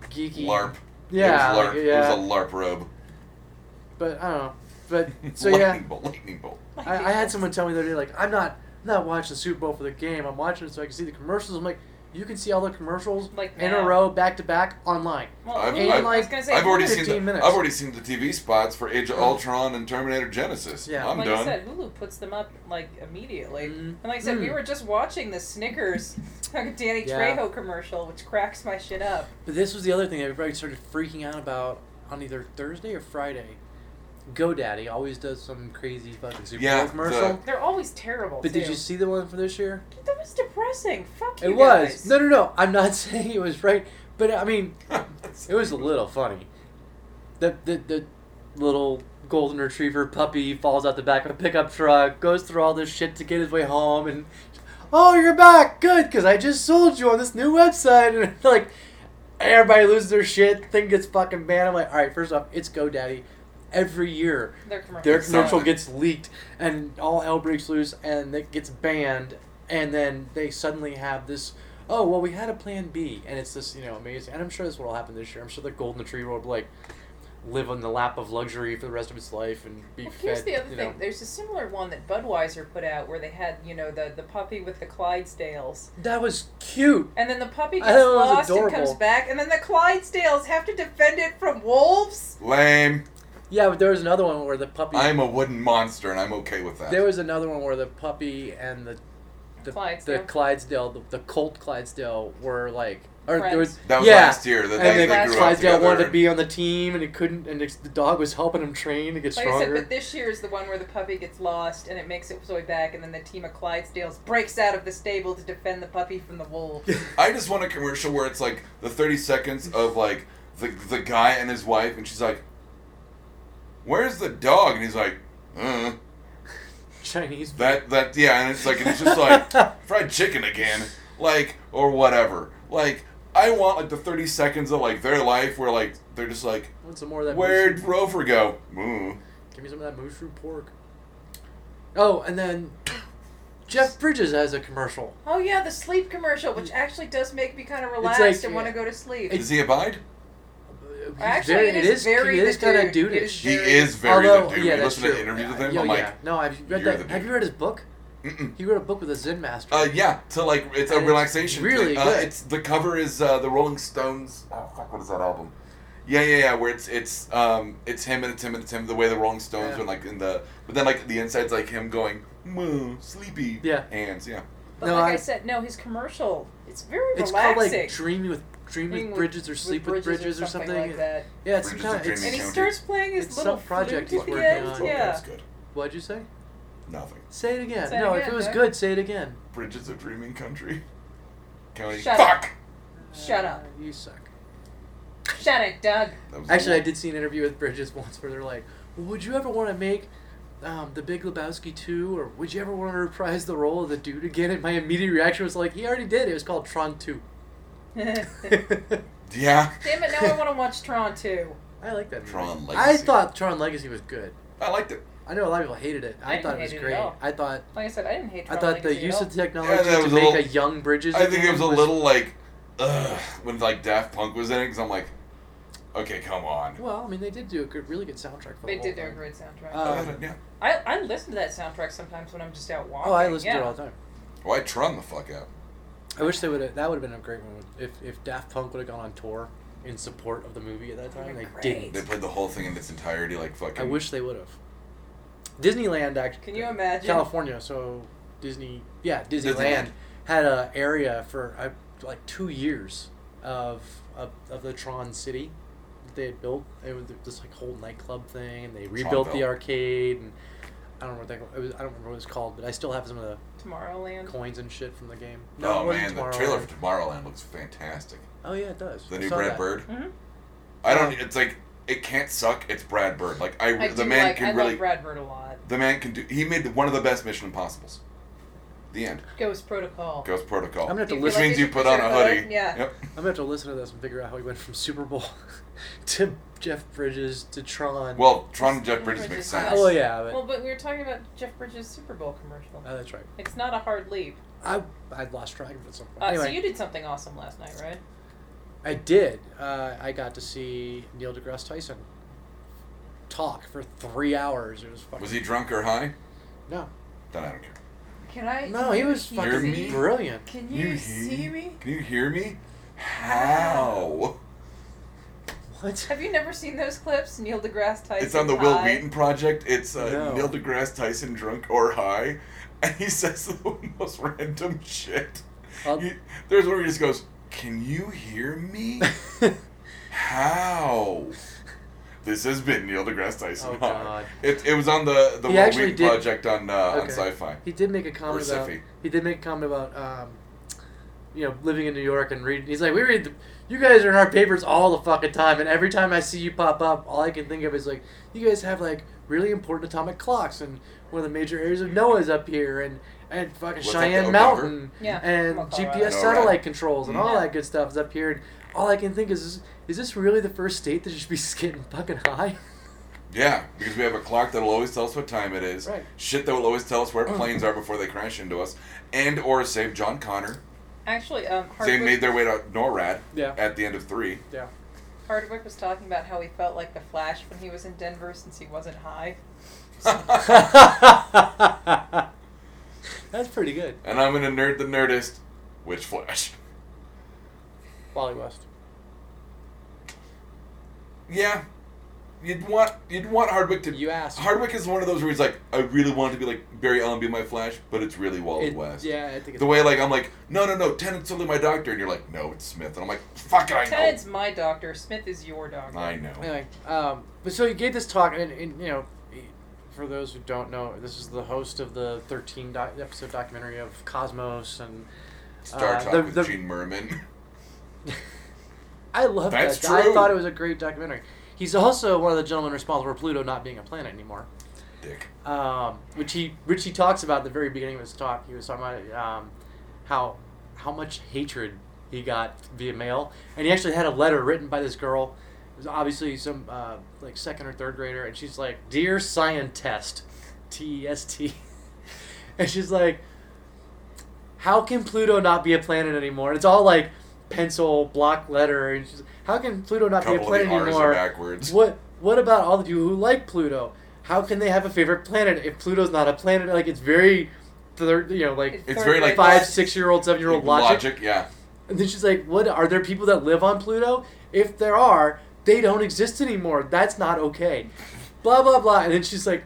geeky
LARP.
Yeah,
It was LARP.
like, yeah.
It was a LARP robe.
but I don't know. But so
lightning
yeah,
bolt. Lightning bolt.
I, I had someone tell me the other day like I'm not I'm not watching the Super Bowl for the game. I'm watching it so I can see the commercials. I'm like. You can see all the commercials
Like
in a
now.
row, back to back, online.
Well,
I've-
I mean,
I've-
I was gonna say,
I've already seen
15
the
minutes.
I've already seen the TV spots for Age of Ultron and Terminator Genesis.
Yeah.
I'm
like
done.
I said, Hulu puts them up like immediately.
Mm.
And like I said, we
Mm.
were just watching the Snickers Danny
Yeah.
Trejo commercial, which cracks my shit up.
But this was the other thing that everybody started freaking out about on either Thursday or Friday GoDaddy always does some crazy fucking Super
Yeah,
Bowl commercial.
the-
They're always terrible.
but did
too.
you see the one for this year?
That was depressing. Fuck you
It was.
guys.
No, no, no. I'm not saying it was right, but I mean, it was a little funny. The the the little golden retriever puppy falls out the back of a pickup truck, goes through all this shit to get his way home, and oh, you're back, good, because I just sold you on this new website, and like everybody loses their shit, thing gets fucking banned. I'm like, all right, first off, it's GoDaddy. Every year,
Their commercials.
their
Sorry.
commercial gets leaked and all hell breaks loose and it gets banned and then they suddenly have this oh well we had a plan b and it's this you know amazing and i'm sure this will all happen this year i'm sure the golden retriever will like live on the lap of luxury for the rest of its life and be
Well,
fed
here's the other
you
thing.
know
There's a similar one that Budweiser put out where they had, you know, the, the puppy with the Clydesdales.
that was cute
And then the puppy
I
gets
thought it was
lost and
adorable.
comes back. And then the Clydesdales have to defend it from wolves.
Lame.
yeah but there was another one where the puppy
I'm a wooden monster, and I'm okay with that.
there was another one where the puppy and the the
Clydesdale.
the Clydesdale the, the Colt Clydesdale were like or there was
Friends.
that was
yeah
last year. That
And
they,
then
they
last
grew up
Clydesdale
together.
wanted to be on the team, and it couldn't. And it's, the dog was helping him train to get
Like I said,
stronger.
but this year is the one where the puppy gets lost and it makes its way back. And then the team of Clydesdales breaks out of the stable to defend the puppy from the wolves.
I just want a commercial where it's like the 30 seconds of like the the guy and his wife, and she's like, "Where's the dog?" And he's like, uh,
Chinese.
"That that yeah," and it's like it's just like fried chicken again, like or whatever. Like I want like the 30 seconds of like their life where like they're just like,
Want some more of that?
"Where'd
Mooshu-
Rover go?" Mm. Moo.
Give me some of that Mooshu pork. Oh, and then Jeff Bridges has a commercial.
Oh yeah, the sleep commercial, which actually does make me kind of relaxed
like-
and want to go to sleep.
Does he abide?
He's
Actually,
very-
it is very
it is
the
kind of
dude. It
dudish.
He
Very-
is very
Although,
the dude.
yeah,
you
that's
listen to
true.
the interview with
Yeah,
him.
yeah,
I'm like,
yeah. no, have you read
"You're
that?
the
Have
dude."
you read his book?
Mm-mm.
He wrote a book with a Zen master.
Uh, yeah, to like it's a
And it's
relaxation.
really
thing. Uh,
good.
It's the cover is uh, the Rolling Stones. Oh fuck, what is that album? Yeah, yeah, yeah. Where it's it's um it's him and it's him and it's him. The way the Rolling Stones
Yeah.
were like in the, but then like the inside's like him going moo sleepy
Yeah.
hands. Yeah,
But
No,
like I,
I-
said, no, his commercial, it's very
It's called
relaxing.
like Dreaming with Dreaming
Being
with Bridges or
with
Sleep with Bridges or something.
like that.
Yeah, it's
Bridges
kind
or
of.
Dreaming
And he
Encounter.
starts playing his
It's
little
some project
flute
he's
at the
working
end.
on.
Oh,
Yeah.
that's good.
What'd you say?
Nothing.
Say it again.
Say it
no, if
again,
it was
Doug.
good, say it again.
Bridges of Dreaming Country. County.
Shut
fuck.
up. Shut up.
You suck.
Shut it, Doug.
That was
Actually, I
the-
did see an interview with Bridges once where they're like, well, "Would you ever want to make um, the Big Lebowski 2 or would you ever want to reprise the role of the dude again?" And my immediate reaction was like, "He already did. It was called Tron 2."
Damn
Yeah.
it! Now I want to watch Tron too.
I like that. movie.
Tron
I
Legacy.
thought Tron Legacy was good.
I liked it.
I know a lot of people hated it. I,
I
thought
didn't
it was
hate it at
great.
all.
I thought
Like I said, I didn't hate
I
Tron.
thought the
Legacy at
use
all.
of technology
that
to
was a
make
little-
a young Bridges.
I think it
again
was a little like, ugh, when like Daft Punk was in it, 'cause I'm like, okay, come on.
Well, I mean, they did do a good, really good soundtrack for the
They
whole
did do a
thing.
great soundtrack.
Uh, Um,
Uh, yeah.
I, I listen to that soundtrack sometimes when I'm just out walking.
Oh, I listen
yeah.
to it all the time.
Why Tron the fuck out?
I wish they would have. That would have been a great one if if Daft Punk would have gone on tour in support of the movie at that time. They
Would've been great.
didn't.
They played the whole thing in its entirety, like fucking.
I wish they would have. Disneyland actually.
Can you imagine?
California, so Disney. Yeah, Disneyland,
Disneyland.
had a area for uh, like two years of, of of the Tron City that they had built. It was this like whole nightclub thing, and they rebuilt the
Tronville.
arcade. And I don't know what that. It was, I don't remember what it's called, but I still have some of the
Tomorrowland.
coins and shit from the game.
Oh
it wasn't
man, the
Tomorrowland.
trailer for Tomorrowland looks fantastic.
Oh yeah, it does.
The
I
new
saw
Brad
that.
Bird.
hmm
I don't.
Yeah.
It's like it can't suck. It's Brad Bird. Like I,
I
the
do
man
like, I
can really.
love Brad Bird a lot.
The man can do. He made one of the best Mission Impossible's. The end.
Ghost Protocol.
Ghost Protocol.
I'm gonna have to
You feel
Which
listen.
like
means
you
you put on
deserve
a
the hood?
hoodie.
Yeah.
Yep.
I'm gonna have to listen to this and figure out how he went from Super Bowl to Jeff Bridges to Tron.
Well, Tron and Jeff Bridges makes
Bridges
sense.
has-
oh yeah, but
Well, but we were talking about Jeff Bridges' Super Bowl commercial.
oh, that's right.
It's not a hard leap.
I I lost track of it at some point.
Uh,
anyway,
So you did something awesome last night, right?
I did. Uh, I got to see Neil deGrasse Tyson talk for three hours. It was fucking.
Was he drunk or high?
No,
Then I don't care.
Can I?
no, he was
you
fucking
see-
brilliant.
Can
you see Can you hear me? How?
What?
Have you never seen those clips? Neil deGrasse Tyson.
It's on the Will
high.
Wheaton project. It's uh,
No.
Neil deGrasse Tyson drunk or high, and he says the most random shit.
I'll-
He- there's one where he just goes, "Can you hear me? How?" This has been Neil deGrasse Tyson.
Oh God.
It, it was on the the
He
World
actually
Week
did-
project on uh, on
Okay.
Sci-Fi.
He did make a
Or
comment about.
Sci-Fi.
He did make a comment about. Um, you know, living in New York and reading. He's like, we read. The, you guys are in our papers all the fucking time, and every time I see you pop up, all I can think of is like, you guys have like really important atomic clocks, and one of the major areas of NOAA is up here, and and fucking
What's that, the
Cheyenne
Oak
Mountain,
Yeah,
and
Colorado.
GPS
NORAD.
satellite controls, and all
Mm-hmm.
Mhm.
that good stuff is up here. And all I can think is, is this really the first state that should be getting fucking high?
Yeah, because we have a clock that'll always tell us what time it is.
Right. Mm.
Shit that will always tell us where planes are before they crash into us, and or save John Connor.
Actually, um,
They
Hardwick,
made their way to NORAD
Yeah.
at the end of three.
Yeah.
Hardwick was talking about how he felt like the Flash when he was in Denver since he wasn't high.
That's pretty good.
and I'm gonna nerd the nerdist, which Flash.
Wally West.
Yeah, you'd want you'd want Hardwick to.
You asked.
Hardwick is one of those where he's like, I really want it to be like Barry Allen be my Flash, but it's really Wally
It-
Oh, West.
Yeah, I think it's
The way like I'm like, no, no, no, Tennant's only my doctor, and you're like, no, it's Smith, and I'm like, fuck it, I know.
Ted's my doctor. Smith is your doctor.
I know.
Anyway, um, but so you gave this talk, and, and you know, for those who don't know, this is the host of the 13 doc- episode documentary of Cosmos, and
Star
Uh,
Talk
the-
with
the-
Gene Merman.
I love
That's
that.
true.
I thought it was a great documentary. He's also one of the gentlemen responsible for Pluto not being a planet anymore.
Dick.
um, which he which he talks about at the very beginning of his talk. He was talking about um, how how much hatred he got via mail, and he actually had a letter written by this girl. It was obviously some uh, like second or third grader, and she's like, "Dear Scientist, T E S T," and she's like, "How can Pluto not be a planet anymore?" And it's all like pencil block letter, and she's, "How can Pluto
A
not be a
couple of
planet
the R's
anymore?"
are backwards.
What What about all the people who like Pluto? How can they have a favorite planet if Pluto's not a planet? Like it's very, third, you know, like
It's very, like,
five, six year old, seven year old logic.
yeah.
And then she's like, "What are there people that live on Pluto? If there are, they don't exist anymore. That's not okay." Blah blah blah. And then she's like,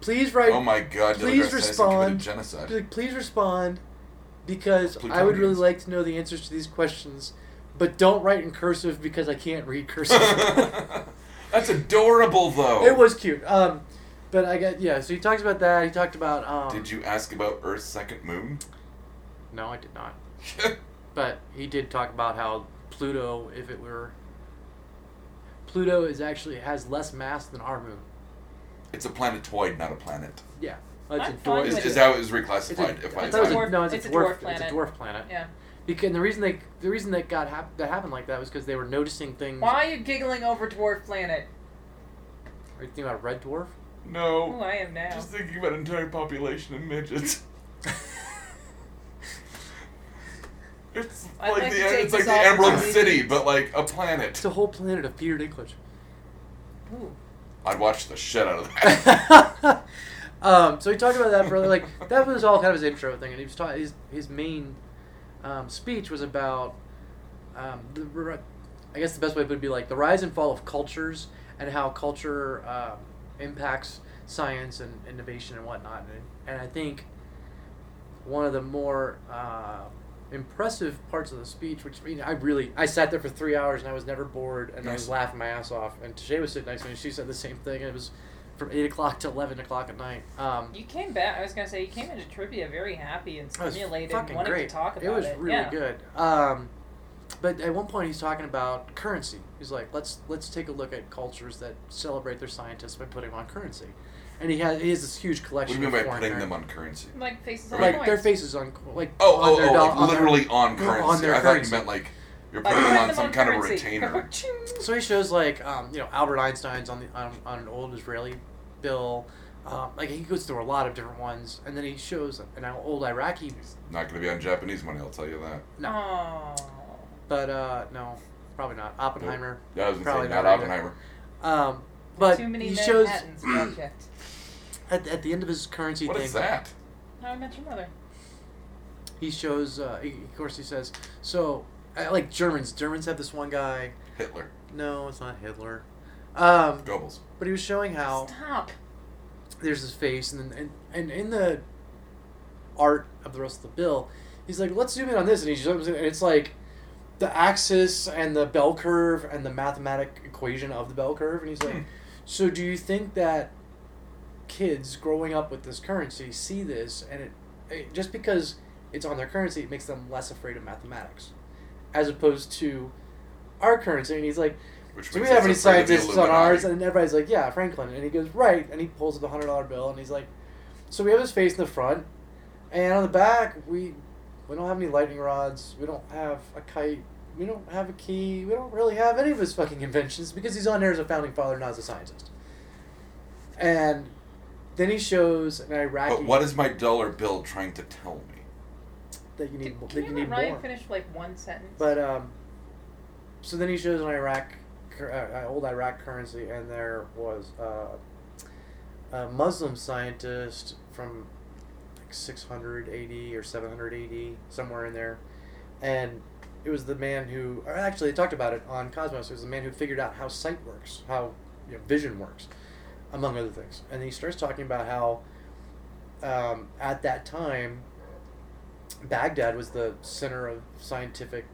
"Please write."
Oh my god, Neil
Please
deGrasse Tyson
respond.
committed genocide.
She's like, please respond because I would
Plutonians.
really like to know the answers to these questions, but don't write in cursive because I can't read cursive.
That's adorable though.
It was cute. Um, but I got yeah. So he talks about that. He talked about. Um,
Did you ask about Earth's second moon?
No, I did not. But he did talk about how Pluto, if it were. Pluto is actually has less mass than our moon.
it's a planetoid, not a planet.
Yeah, it's
I'm fine
a dwarf.
Is,
with
is
it.
how it was
it's a-
reclassified? if I,
I thought it
I-
was a, no, it's,
It's
a
a
dwarf.
dwarf planet.
It's a dwarf planet.
Yeah.
Because and the reason they the reason that got hap- that happened like that was because they were noticing things.
Why are you giggling over Dwarf Planet?
Are you thinking about red dwarf?
Oh,
no.
I am now.
Just thinking about entire population of midgets. It's
I'd
like,
like
the
to take
it's like
this
the Emerald
opportunity-
City, but like a planet.
it's a whole planet of Peter Dinklage.
Ooh.
I'd watch the shit out of that.
um, so he talked about that for like that was all kind of his intro thing, and he was talking his his main um, speech was about um, the r- I guess the best way would be like the rise and fall of cultures and how culture um, impacts science and innovation and whatnot, and, and I think one of the more uh, impressive parts of the speech, which I mean, I really I sat there for three hours and I was never bored and I was
Nice.
laughing my ass off. And Tashay was sitting next to me and she said the same thing. And it was from eight o'clock to eleven o'clock at night. Um,
You came back. I was gonna say you came into trivia very happy and
it was
stimulated, and
fucking
wanting
great.
to talk about
it
it.
was really
yeah.
good. Um, but at one point he's talking about currency. He's like, let's let's take a look at cultures that celebrate their scientists by putting on currency. And he has he has this huge
what do you
collection.
mean by
of foreign
putting
currency.
them on currency?
Like faces on
Like,
like
coins.
their faces on like
Oh,
on
oh,
their
oh!
doll-
like
on their-
literally on
no, on
currency.
their
I thought you
currency.
meant like you're
Like,
putting them
put
on
them
some kind of a
currency.
retainer.
So he shows like um, you know Albert Einstein's on the on, on an old Israeli bill, um, like he goes through a lot of different ones, and then he shows an old Iraqi.
He's not going to be on Japanese money. I'll tell you that.
No,
Aw.
but uh, no, probably not Oppenheimer.
Yeah, I was going to
Probably
say not
not either.
Oppenheimer.
Um, but
Too many
he shows
Manhattans project.
at, at the end of his currency
What
thing.
is that?
How I Met Your Mother.
He shows, uh, he, of course, he says so. uh, Like Germans, Germans have this one guy.
Hitler.
No, it's not Hitler. Um,
Goebbels.
but he was showing how
Stop.
there's his face, and then and, and in the art of the rest of the bill, he's like, "Let's zoom in on this," and he zooms in, and it's like the axis and the bell curve and the mathematic equation of the bell curve, and he's like, "So do you think that kids growing up with this currency see this, and it, it just because it's on their currency, it makes them less afraid of mathematics, as opposed to our currency?" And he's like,
Which
"Do we
makes
have
us
any
afraid of the
scientists on ours?"
Illuminati.
And everybody's like, "Yeah, Franklin." And he goes, "Right," and he pulls up a hundred dollar bill, and he's like, "So we have his face in the front, and on the back we we don't have any lightning rods. We don't have a kite. We don't have a key. We don't really have any of his fucking inventions because he's on there as a founding father, not as a scientist. And then he shows an Iraqi
But what is my dollar bill trying to tell me?
that you
Did-
need mo-
can
that
you
you
let
need
Ryan
more.
finish like one sentence?
But um, so then he shows an Iraq, cur- uh, uh, old Iraq currency, and there was uh, a Muslim scientist from like 680 or 780 somewhere in there, and it was the man who or actually they talked about it on Cosmos. It was the man who figured out how sight works, how you know, vision works, among other things. And he starts talking about how um, at that time Baghdad was the center of scientific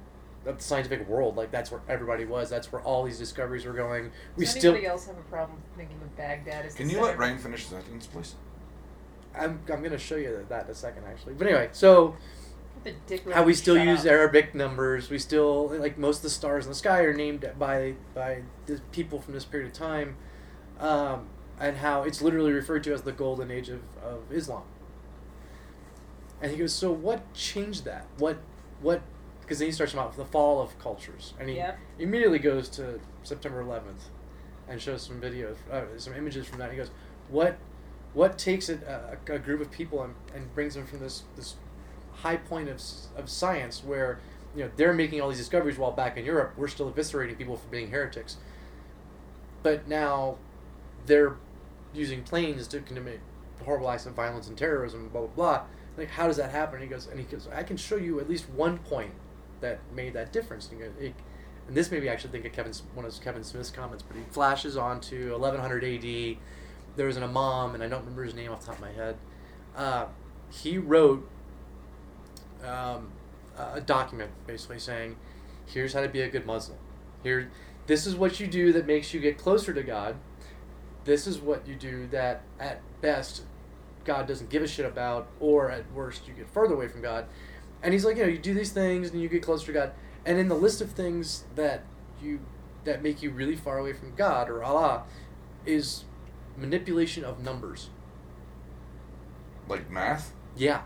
of the scientific world. Like that's where everybody was. That's where all these discoveries were going. We
Does
still
anybody else have a problem thinking of Baghdad as
Can
the
you let
center?
Ryan finish his sentence, please?
I'm, I'm gonna show you that in a second actually. But anyway, so
The dick
how we
lips,
still
shut
use
up.
Arabic numbers. We still like most of the stars in the sky are named by by the people from this period of time, um, and how it's literally referred to as the golden age of, of Islam. And he goes, so what changed that? What what? Because then he starts talking about the fall of cultures, and he
Yeah.
immediately goes to September 11th, and shows some videos, uh, some images from that. He goes, what what takes a, a, a group of people and, and brings them from this this high point of, s- of science where you know they're making all these discoveries while back in Europe we're still eviscerating people for being heretics but now they're using planes to commit horrible acts of violence and terrorism and blah blah blah like how does that happen and he goes and he goes I can show you at least one point that made that difference and, he goes, it, and this made me actually think of Kevin's one of Kevin Smith's comments but he flashes on to 1100 AD there was an imam, and I don't remember his name off the top of my head. Uh, he wrote um, a document basically saying, "Here's how to be a good Muslim. Here, this is what you do that makes you get closer to God. This is what you do that, at best, God doesn't give a shit about, or at worst, you get further away from God." And he's like, you know, you do these things and you get closer to God. And in the list of things that you that make you really far away from God or Allah is manipulation of numbers.
Like math?
Yeah,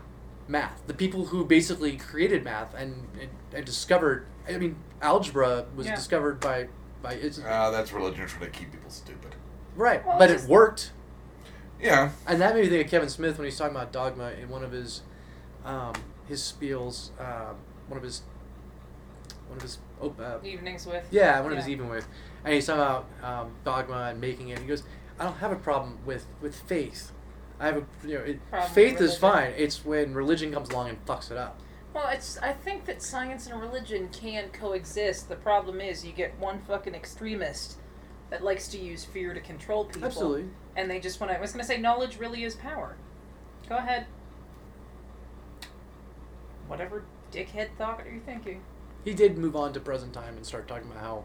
math. The people who basically created math and and, and discovered. I mean, algebra was
Yeah.
discovered by by it's,
Ah, that's religion trying to keep people stupid.
right,
Well,
but
just-
it worked.
Yeah.
And that made me think of Kevin Smith when he's talking about dogma in one of his um, his spiels, um, one of his one of his op- uh,
Evenings with.
Yeah, one of his
Yeah.
even with, and he's talking about um, dogma and making it. He goes, I don't have a problem with with faith. I have a you know, it,
Problem with
faith
religion.
is fine. It's when religion comes along and fucks it up.
Well, it's. I think that science and religion can coexist. The problem is you get one fucking extremist that likes to use fear to control people.
Absolutely.
And they just want to. I was going to say knowledge really is power. Go ahead. Whatever dickhead thought are you thinking?
He did move on to present time and start talking about how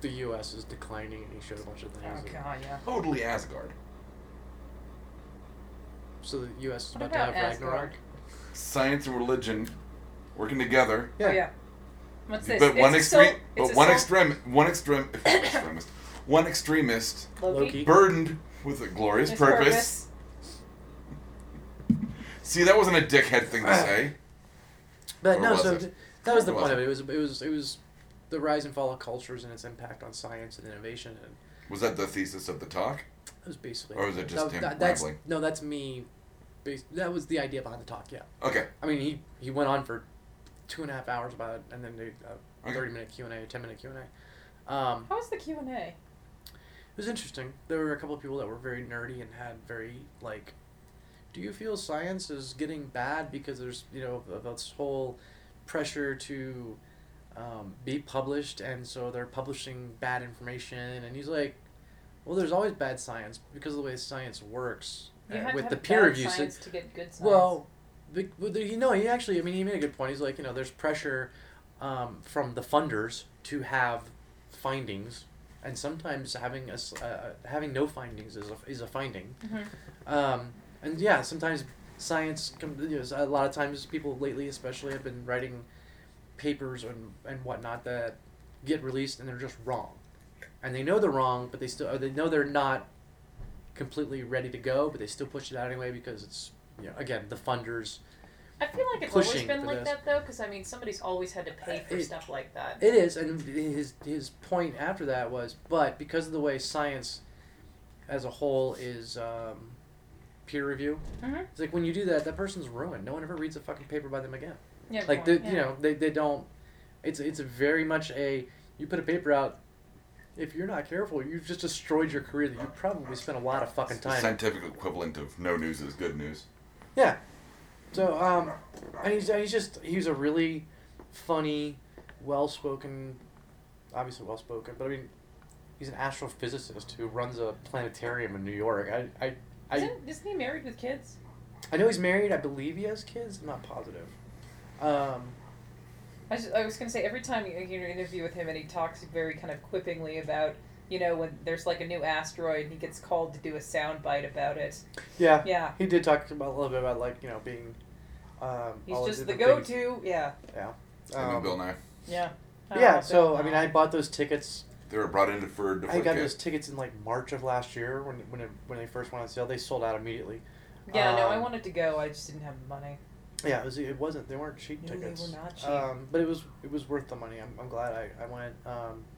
the U.S. is declining, and he showed a bunch of
Oh
things.
god, yeah.
Totally Asgard.
So the U.S. is
What
about to have
about Asgard?
Ragnarok.
Science and religion working together.
Yeah.
Oh, yeah. What's this?
But
It's
one
a
extreme,
sol- it's
but
a
one
sol-
extreme, one extreme, extremist, one extremist
Loki.
burdened with a glorious
His
purpose. See, that wasn't a dickhead thing
Ah.
to say.
But
Or
no,
was
so
it?
th- that was
Or
the
was
point
it?
of it. It was it was it was the rise and fall of cultures and its impact on science and innovation and
Was that the thesis of the talk?
That was basically.
Or was it just
that,
him
that- that's,
rambling?
No, that's me. Bas- that was the idea behind the talk. Yeah,
Okay.
I mean he he went on for two and a half hours about it, and then they uh,
Okay.
thirty minute Q and A, ten minute Q and A. Um,
How was the Q and A?
it was interesting. There were a couple of people that were very nerdy and had very like, do you feel science is getting bad because there's you know of this whole pressure to um, be published and so they're publishing bad information and he's like, well there's always bad science because of the way science works
You
uh,
had
with
to
the
have
peer
bad
review. sy-
science to get good science.
well, the, well, the- you know, he actually, I mean, he made a good point. He's like, you know, there's pressure um, from the funders to have findings, and sometimes having a, s- uh, having no findings is a, is a finding.
Mhm.
Um, and yeah, sometimes science. com- You know, a lot of times people lately, especially, have been writing papers and and whatnot that get released and they're just wrong, and they know they're wrong, but they still or they know they're not completely ready to go, but they still push it out anyway because it's you know again the funders
I feel like it's always
Pushing
been
for
like
this.
that though, because I mean, somebody's always had to pay for
Uh, It-
stuff like that.
It is, and his his point after that was, but because of the way science, as a whole, is um, peer review,
Mhm.
it's like when you do that, that person's ruined. No one ever reads a fucking paper by them again.
Yeah, good
like they,
point,
you know, they they don't. It's it's very much a you put a paper out. If you're not careful, you've just destroyed your career that you probably spent a lot of fucking
It's the
time.
scientific equivalent of no news is good news.
So, um, and he's, and he's just, he was a really funny, well spoken, obviously well spoken, but I mean, he's an astrophysicist who runs a planetarium in New York. I, I, I,
Isn't, isn't he married with kids?
I know he's married. I believe he has kids. I'm not positive. Um,
I, just, I was gonna say every time you hear an interview with him and he talks very kind of quippingly about you know when there's like a new asteroid and he gets called to do a soundbite about it.
yeah,
Yeah,
he did talk about a little bit about, like, you know, being. Um,
he's
all
just the
different
go-to. Oh,
things.
Yeah,
And then
Um,
Bill Nye.
yeah. I
yeah,
love
so,
it.
I mean, I bought those tickets
They were brought in to- for
I
Deflategate.
got those tickets in like March of last year when when it, when they first went on sale. They sold out immediately.
yeah, no, I
um,
wanted to go. I just didn't have the money.
Yeah, it was it wasn't they weren't cheap
No, they
tickets.
were not cheap.
Um, but it was it was worth the money. I'm, I'm glad I, I went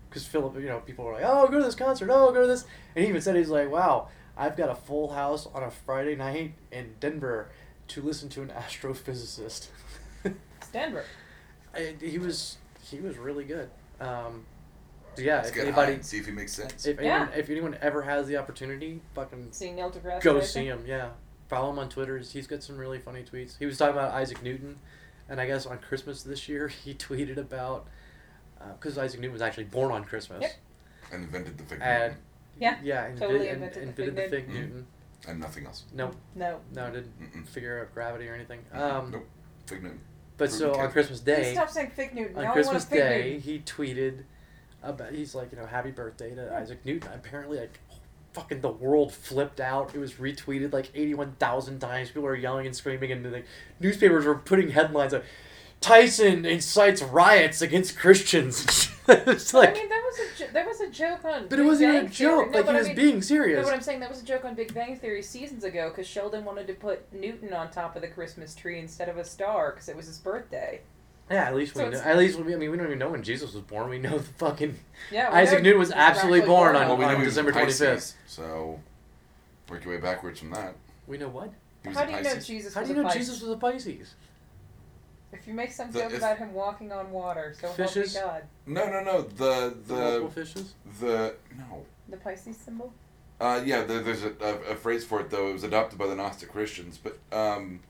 because Philip, you know, people were like, oh, go to this concert, oh, go to this, and he even said he's like, wow, I've got a full house on a Friday night in Denver to listen to an astrophysicist.
It's Denver.
I, he was he was really good. Um, but yeah,
Let's
if
get high
anybody.
and see if he makes sense.
If anyone,
Yeah.
if anyone ever has the opportunity, fucking
Seeing Neil deGrasse.
go
Tyson.
see him. Yeah, follow him on Twitter. He's got some really funny tweets. He was talking about Isaac Newton, and I guess on Christmas this year he tweeted about because Isaac Newton was actually born on Christmas.
Yep.
and invented the fig
And-
Newton.
Yeah,
Yeah, and
totally
invi- and-
invented the fig
invented the fig
Newton.
Newton.
and nothing else.
No,
No.
no, it didn't
Mm-mm.
figure out gravity or anything. Um,
nope. Fig Newton.
But so on
Okay.
Christmas
Please
Day,
Stop saying fig Newton.
on
now I
Christmas
want a fig
Day
Newton.
he tweeted about he's like you know happy birthday to Isaac Newton. Apparently like. Fucking the world flipped out. It was retweeted like eighty-one thousand times. People were yelling and screaming, and like newspapers were putting headlines like "Tyson incites riots against Christians." it's
But
like,
I mean, that was a jo- that was a joke on.
but it
Big
wasn't even
Bang
a
Theory.
joke.
No,
like
but
he
I
was
mean,
being
No,
serious.
what I'm saying that was a joke on Big Bang Theory seasons ago because Sheldon wanted to put Newton on top of the Christmas tree instead of a star because it was his birthday.
yeah, at least we
So
know.
it's-
At least we, I mean, we don't even know when Jesus was born. We know the fucking
Yeah, we
Isaac
know
Newton was
he
absolutely
actually
born on-
well, we
on
know he was
December
in Pisces,
25th.
So work your way backwards from that.
we know what.
He was
How
in
do you know
Pisces.
Jesus?
How
was
do you
a
know
Pisces?
Jesus was a Pisces?
If you make some
The-
joke
if-
about him walking on water, so
Fishes?
help me God.
No, no, no. The
The, multiple
the
fishes.
the no.
The Pisces symbol?
Uh, yeah, there, there's a, a, a phrase for it though. It was adopted by the Gnostic Christians, but um,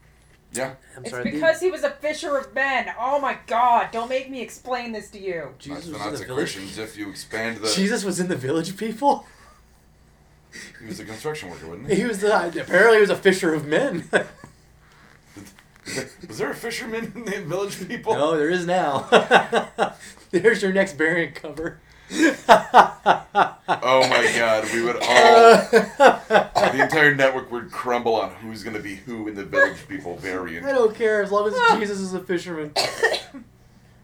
yeah,
I'm
it's
sorry. the-
because he was a fisher of men. Oh my God! Don't make me explain this to you.
Jesus
the
was in the
Gnostic
village.
Christians. If you expand the,
Jesus was in the village people.
he was a construction worker, wasn't he?
He was the, apparently he was a fisher of men.
was there a fisherman in the village people?
no, there is now. There's your next variant cover. oh
Oh my God, we would all the entire network would crumble on who's gonna be who in the village people
I
variant.
don't care as long as Jesus is a fisherman.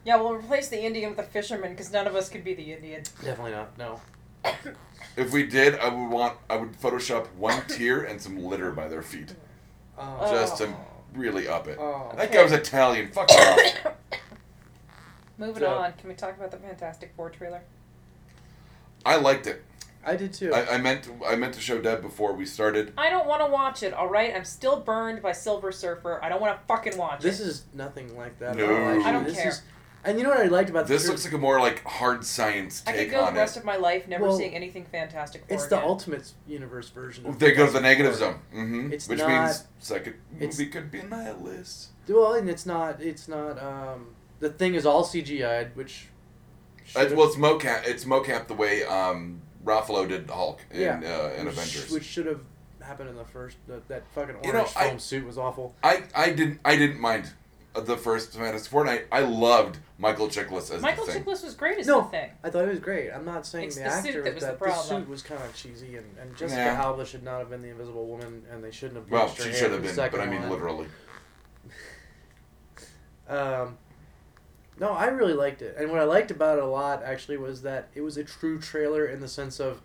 Yeah, we'll replace the Indian with a fisherman because none of us could be the Indian.
Definitely not. No.
If we did, I would want I would Photoshop one tear and some litter by their feet,
Oh.
just to really up it.
Oh.
That guy was Italian. Fuck off.
Moving
So-
on, can we talk about the Fantastic Four trailer?
I liked it.
I did too.
I, I meant to, I meant to show Deb before we started.
I don't want to watch it. All right, I'm still burned by Silver Surfer. I don't want to fucking watch
this
it.
is nothing like that.
No.
at all, actually.
I don't
This
care.
is- and you know what I liked about
This
trailer?
looks like a more like hard science
I could
take
go the
on
rest
it.
of my life never
Well,
seeing anything Fantastic Four.
It's the
again.
Ultimate Universe version. of
They go to the
Fantastic
negative
Four.
zone, hmm
It's
which
not-
means second
it's-
movie could be a nihilist.
Well, and it's not. It's not. Um, the thing is all CGI'd, which.
Uh,
should've-
well, it's mocap. It's mocap the way um, Ruffalo did Hulk in uh,
Yeah.
in
which-
Avengers.
which should have happened in the first. The, that fucking orange
You know, I-
foam suit was awful.
I, I didn't I didn't mind the first Fantastic Four night, I loved Michael Chiklis as
Michael
the thing.
Chiklis was great as
No.
the thing.
I thought it was great. I'm not saying
It's
the,
the suit
actor
that
was
was the
that. The,
problem.
suit was kind of cheesy, and, and Jessica
Yeah.
Alba should not have been the Invisible Woman, and they shouldn't have.
well,
bleached her
she
hair
should
for
have
the
been,
second
but I mean
one.
literally.
Um, no, I really liked it, and what I liked about it a lot actually was that it was a true trailer in the sense of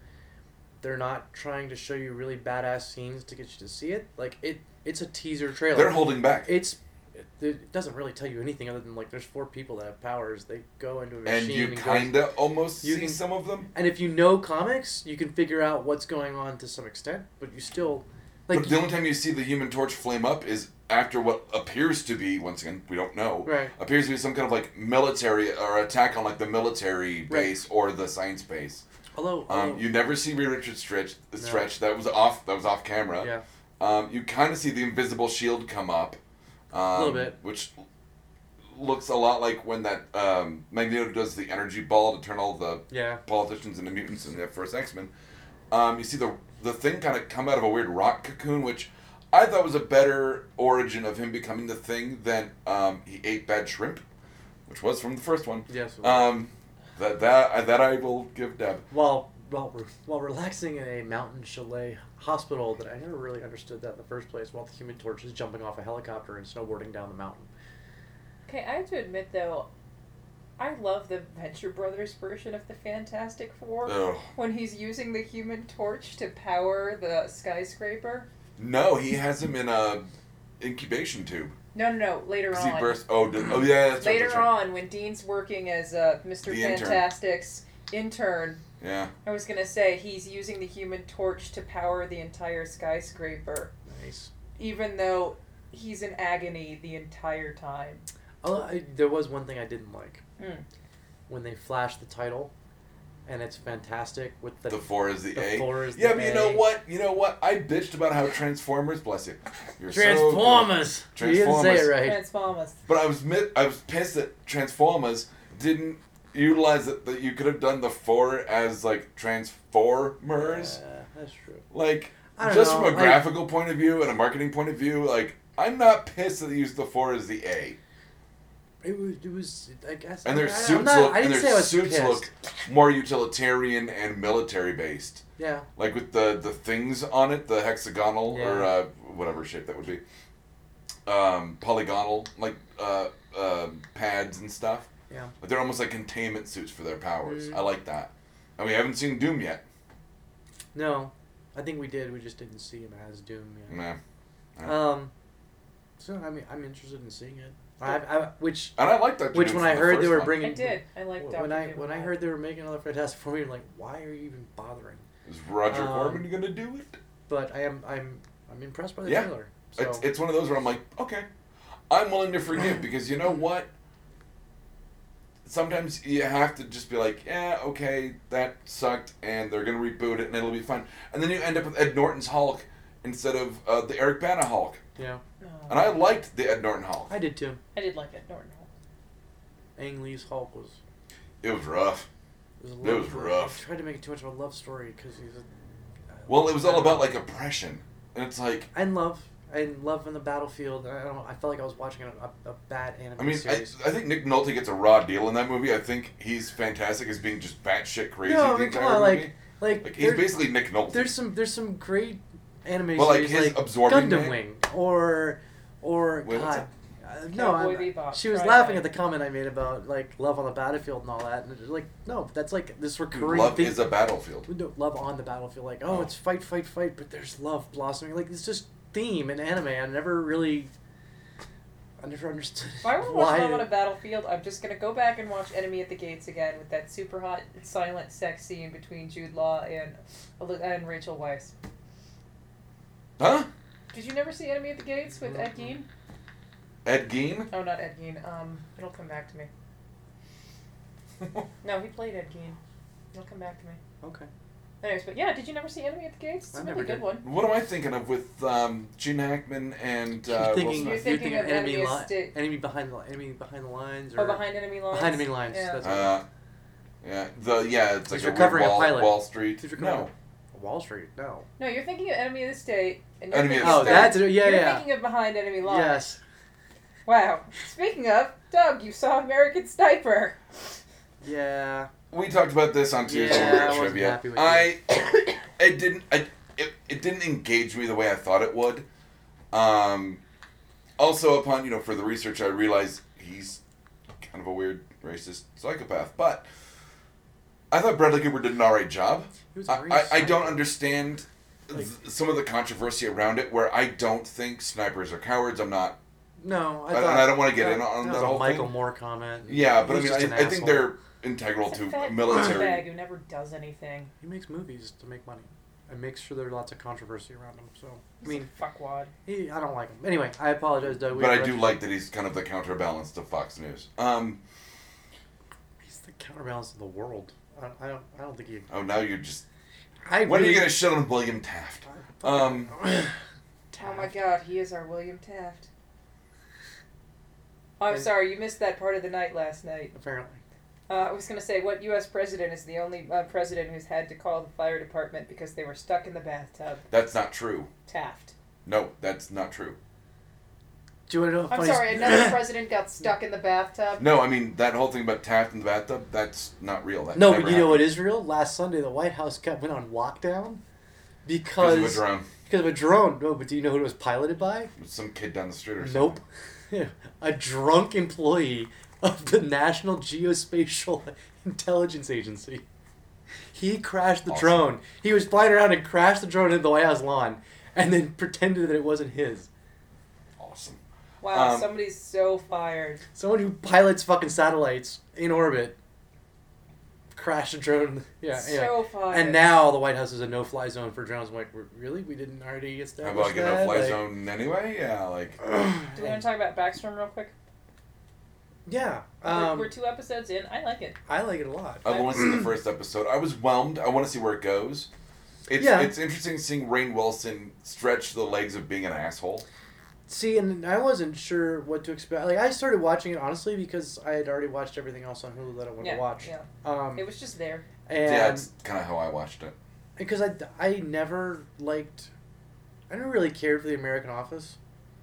they're not trying to show you really badass scenes to get you to see it. Like it, it's a teaser trailer.
They're holding back.
it's it, it doesn't really tell you anything other than like there's four people that have powers. They go into a machine
and you
goes-
kind of almost
You
see
can-
some of them.
And if you know comics, you can figure out what's going on to some extent, but you still like
but the only time you see the Human Torch flame up is after what appears to be, once again, we don't know,
right.
appears to be some kind of like military or attack on like the military base or the science base.
Although, although
Um, you never see Reed Richards stretch.
Oh. No.
Stretch that was off. That was off camera.
yeah,
Um, you kind of see the invisible shield come up, um,
Little bit.
which l- looks a lot like when that um, Magneto does the energy ball to turn all the
yeah,
politicians into mutants in that first X Men. Um, you see the the thing kind of come out of a weird rock cocoon, which I thought was a better origin of him becoming the thing than um, he ate bad shrimp, which was from the first one.
yes.
Um, that that that I will give Deb.
while while re- while relaxing in a mountain chalet hospital that I never really understood that in the first place. While the Human Torch is jumping off a helicopter and snowboarding down the mountain.
Okay, I have to admit though, I love the Venture Brothers version of the Fantastic Four
Ugh.
when he's using the Human Torch to power the skyscraper.
No, he has him in a incubation tube
No, no, no. Later
'Cause
on.
he burst. Oh, did, oh yeah, that's right,
later
that's right.
on, when Dean's working as uh, Mr.
The intern.
Fantastic's intern,
Yeah,
I was gonna say he's using the Human Torch to power the entire skyscraper,
Nice.
even though he's in agony the entire time.
Although I, there was one thing I didn't like
Mm.
when they flashed the title, and it's fantastic with the,
the four is the, A.
four is
yeah,
the
but you
A.
know what? You know what? I bitched about how Transformers. Bless you. You're so good.
Transformers. You didn't say it
Transformers.
right.
Transformers.
But I was mi- I was pissed that Transformers didn't utilize it that you could have done the four as like Transformers.
Yeah, that's true.
Like
I don't
just
know,
from a
like-
graphical point of view and a marketing point of view, like I'm not pissed that they used the four as the A.
It was. It was. I guess.
And
I,
their
I,
suits
I'm not,
look
I
and their
didn't say I was
suits
pissed.
look more utilitarian and military based.
Yeah.
Like with the the things on it, the hexagonal or
Yeah.
uh, whatever shape that would be. Um, polygonal like uh, uh, pads and stuff.
Yeah.
But they're almost like containment suits for their powers.
Mm.
I like that. And we haven't seen Doom yet.
No, I think we did. We just didn't see him as Doom. Yet.
Nah.
Um. So I mean, I'm interested in seeing it. I, I which
And I like that.
which when I heard they were bringing
I did. I liked Doctor
when I
Doom
when
a
I
lot.
heard they were making another Fantastic Four, you're like, why are you even bothering?
Is Roger
Um,
Corman gonna do it?
But I am I'm I'm impressed by the
Yeah.
trailer. So
It's it's one of those where I'm like, okay, I'm willing to forgive because you know what. Sometimes you have to just be like, yeah, okay, that sucked, and they're gonna reboot it, and it'll be fun. And then you end up with Ed Norton's Hulk instead of uh, the Eric Bana Hulk,
yeah,
Oh,
and I liked the Ed Norton Hulk.
I did too.
I did like it. Norton Hall.
Ang Lee's Hulk was
It was rough.
was a
That
love
was
story.
rough.
They tried to make it too much of a love story because he's a
Well, it was all about like oppression, and it's like
and love and love in the battlefield. I don't. know, I felt like I was watching a, a, a bad anime
I mean, I,
series.
I think Nick Nolte gets a raw deal in that movie. I think he's fantastic as being just batshit crazy.
No, I
the
mean,
entire
come on,
movie.
like- like
Like, he's
there-
basically Nick Nolte.
There's some there's some great anime
Well, like
series
his
like
absorbing
Gundam
man-
Wing or or
Wait, what's
God, uh, no,
Cowboy
I'm-
Bebop,
she was
try
laughing
that.
at the comment I made about like love on the battlefield and all that, and it's like no, that's like this
Dude,
recurring
love
thing.
is a battlefield.
No, love on the battlefield, like oh,
Oh.
it's fight, fight, fight, but there's love blossoming. Like it's just theme in anime. I never really, I never understood
If I were to
why.
watch Love on a Battlefield, I'm just gonna go back and watch Enemy at the Gates again with that super hot silent sex scene between Jude Law and and Rachel Weisz.
Huh?
Did you never see Enemy at the Gates with Ed Gein?
Ed Gein?
Oh, not Ed Gein. Um, it'll come back to me. No, he played Ed Gein. It'll come back to me.
okay,
Anyways, but yeah, did you never see Enemy at the Gates? It's
I
a really
never
good
did.
one.
what am I thinking of with um, Gene Hackman and uh,
you're thinking,
Will
You're
Smith?
thinking of
enemy,
Enemy
li-
State.
enemy behind the enemy behind the lines or
Oh, behind enemy lines.
Behind enemy lines,
Yeah.
that's-
Uh, yeah, the yeah, it's like
He's
a weird
recovering a
Wall,
pilot.
Wall Street.
He's recovering
No,
Wall Street. No.
no, you're thinking of Enemy of the State. And you're
Enemy of
thinking
the
Oh,
State.
that's it. Yeah,
you're
yeah.
thinking of Behind Enemy Lines.
Yes.
Wow. Speaking of, Doug, you saw American Sniper.
Yeah.
We talked about this on Tuesday
Yeah,
we were
I
at
wasn't
trivia.
happy with
I, it didn't, I, it, it didn't engage me the way I thought it would. Um, also, upon you know further research, I realized he's kind of a weird racist psychopath. But I thought Bradley Cooper did an alright job.
He was
I,
very
I, I don't
psycho.
understand th- some of the controversy around it, where I don't think snipers are cowards. I'm not.
No, I,
I,
thought,
and I don't want to get
that-
in on
that
that,
was a
whole
Michael
thing.
Moore comment.
Yeah, but I
He's
mean,
just an
I, I think
asshole.
they're integral
It's a
to
fat
military.
douchebag who never does anything.
He makes movies to make money, and makes sure there are lots of controversy around him. So I
He's
mean,
a fuckwad.
he, I don't like him. Anyway, I apologize, Doug. We
But I do
interrupted
like that he's kind of the counterbalance to Fox News. Um,
you. He's the counterbalance of the world. I, I don't. I don't think he.
oh, now you're just.
I
When are you
really-
going to shut on William Taft? Um,
Oh my god, he is our William Taft. Oh, I'm
And-
sorry, you missed that part of the night last night.
Apparently.
Uh, I was going to say, what U.S. president is the only uh, president who's had to call the fire department because they were stuck in the bathtub?
That's not true.
Taft.
No, that's not true.
Do you want to know? a
I'm
funny
sorry,
s-
another president got stuck in the bathtub.
No, I mean that whole thing about Taft in the bathtub. That's not real. That
No, but
never
you know what
happened.
is real? Last Sunday, the White House got went on lockdown because
Because of a drone.
because of a drone. No, but do you know who it was piloted by?
Some kid down the street or
Nope.
something.
a drunk employee of the National Geospatial Intelligence Agency. He crashed the
Awesome.
drone. He was flying around and crashed the drone into the White House lawn and then pretended that it wasn't his.
Awesome.
Wow,
Um,
somebody's so fired.
Someone who pilots fucking satellites in orbit crashed a drone. Yeah, yeah.
so fired.
And now the White House is a no-fly zone for drones. I'm like, "Re- really? We didn't already
How
establish
about like a
that?
no-fly
Like,
zone anyway? Yeah, like
Do we want to talk about Backstrom real quick?
Yeah,
we're,
um,
we're two episodes in. I like it.
I like it a lot.
I've only seen the first episode. I was whelmed. I want to see where it goes. It's
Yeah.
it's interesting seeing Rain Wilson stretch the legs of being an asshole.
See, and I wasn't sure what to expect. Like, I started watching it honestly because I had already watched everything else on Hulu that I wanted
yeah,
to watch.
yeah.
Um,
It was just there.
yeah,
and
it's kind of how I watched it.
because I, I never liked, I never really cared for the American Office.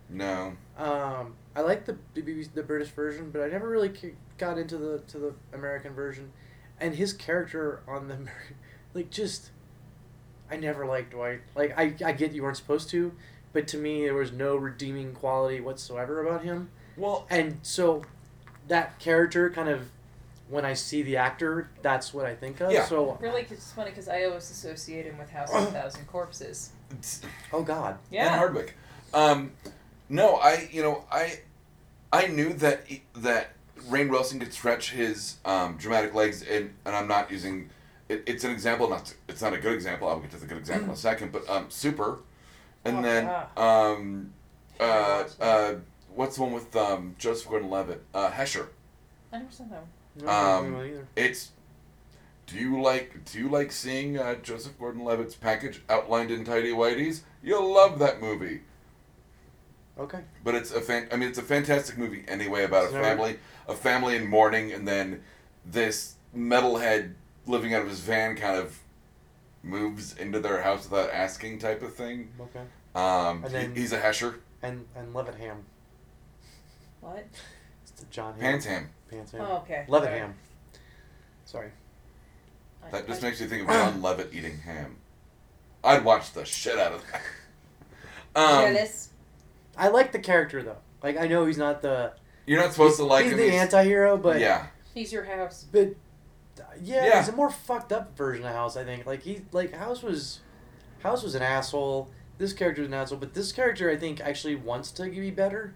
No,
Um, I liked the BBC, the British version, but I never really ca- got into the to the American version, and his character on the Amer- like just, I never liked Dwight. Like I, I get you weren't supposed to, but to me there was no redeeming quality whatsoever about him.
well,
and so that character kind of when I see the actor, that's what I think of.
Yeah.
So
Really, it's funny because I always associate him with House of a Thousand Corpses.
it's-
oh god,
and
Yeah.
Hardwick. Um, no, I you know I I knew that he- that Rain Wilson could stretch his um, dramatic legs, and and I'm not using it, it's an example. Not it's not a good example. I'll get to the good example in a second. But um, Super, and
Oh,
then um, uh, uh, what's the one with um, Joseph Gordon-Levitt? Uh, Hesher.
I never saw that one.
no, I don't
Um,
know either.
It's do you like do you like seeing uh, Joseph Gordon-Levitt's package outlined in tidy whities? You'll love that movie.
Okay,
But it's a fan. I mean, it's a fantastic movie anyway about a
Sorry.
family, a family in mourning, and then this metalhead living out of his van kind of moves into their house without asking, type of thing.
okay,
Um,
And
he-
then-
he's a hesher,
and and Levenham,
What?
it's the John Ham.
pants ham.
Pants Ham.
Oh, okay.
Levenham. Sorry.
Sorry.
That just
I-
makes me think of John Levitt eating ham. I'd watch the shit out of that. Um,
Jealous.
I like the character though. Like I know he's not the
you're not supposed to like
he's
him.
the
he's-
anti-hero, but
yeah,
He's your house.
but yeah,
Yeah.
he's a more fucked up version of House. I think like he like House was House was an asshole. This character was an asshole, but this character I think actually wants to be better.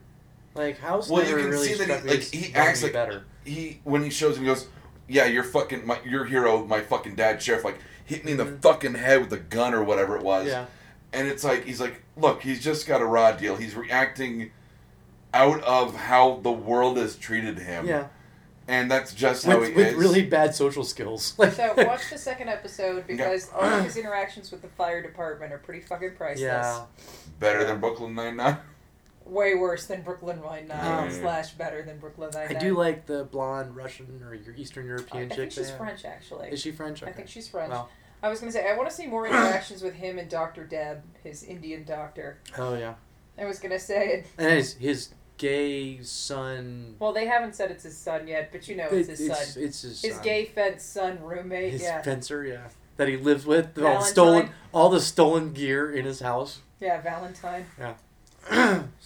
Like House
Well, you
never
can
really
see that he-
struck me
like,
as
he
wanting to
acts
be
like-
better.
he when he shows him, he goes, "Yeah, your fucking my your hero, my fucking dad, sheriff, like hit me in the
Mhm.
fucking head with a gun or whatever it was."
Yeah,
and it's like he's like, look, he's just got a raw deal. He's reacting out of how the world has treated him.
yeah,
and that's just how he
with, with
is.
really bad social skills. Like
So watch the second episode because all of his interactions with the fire department are pretty fucking priceless.
yeah,
better than Brooklyn Nine Nine.
Way worse than Brooklyn Nine Nine
Um,
slash better than Brooklyn Nine
I
Nine.
do like the blonde Russian or your Eastern
I
European
I
chick.
think
they
she's
have.
French actually.
Is she French?
I
Okay.
think she's French.
Well.
I was gonna say I want to see more interactions with him and Doctor Deb, his Indian doctor.
Oh yeah,
I was gonna say
and his his gay son.
Well, they haven't said it's his son yet, but you know it's his
it's,
son.
it's his,
His
son.
gay fence son roommate.
his
yeah,
fencer, yeah, that he lives with. All the stolen, all the stolen gear in his house.
yeah, Valentine.
so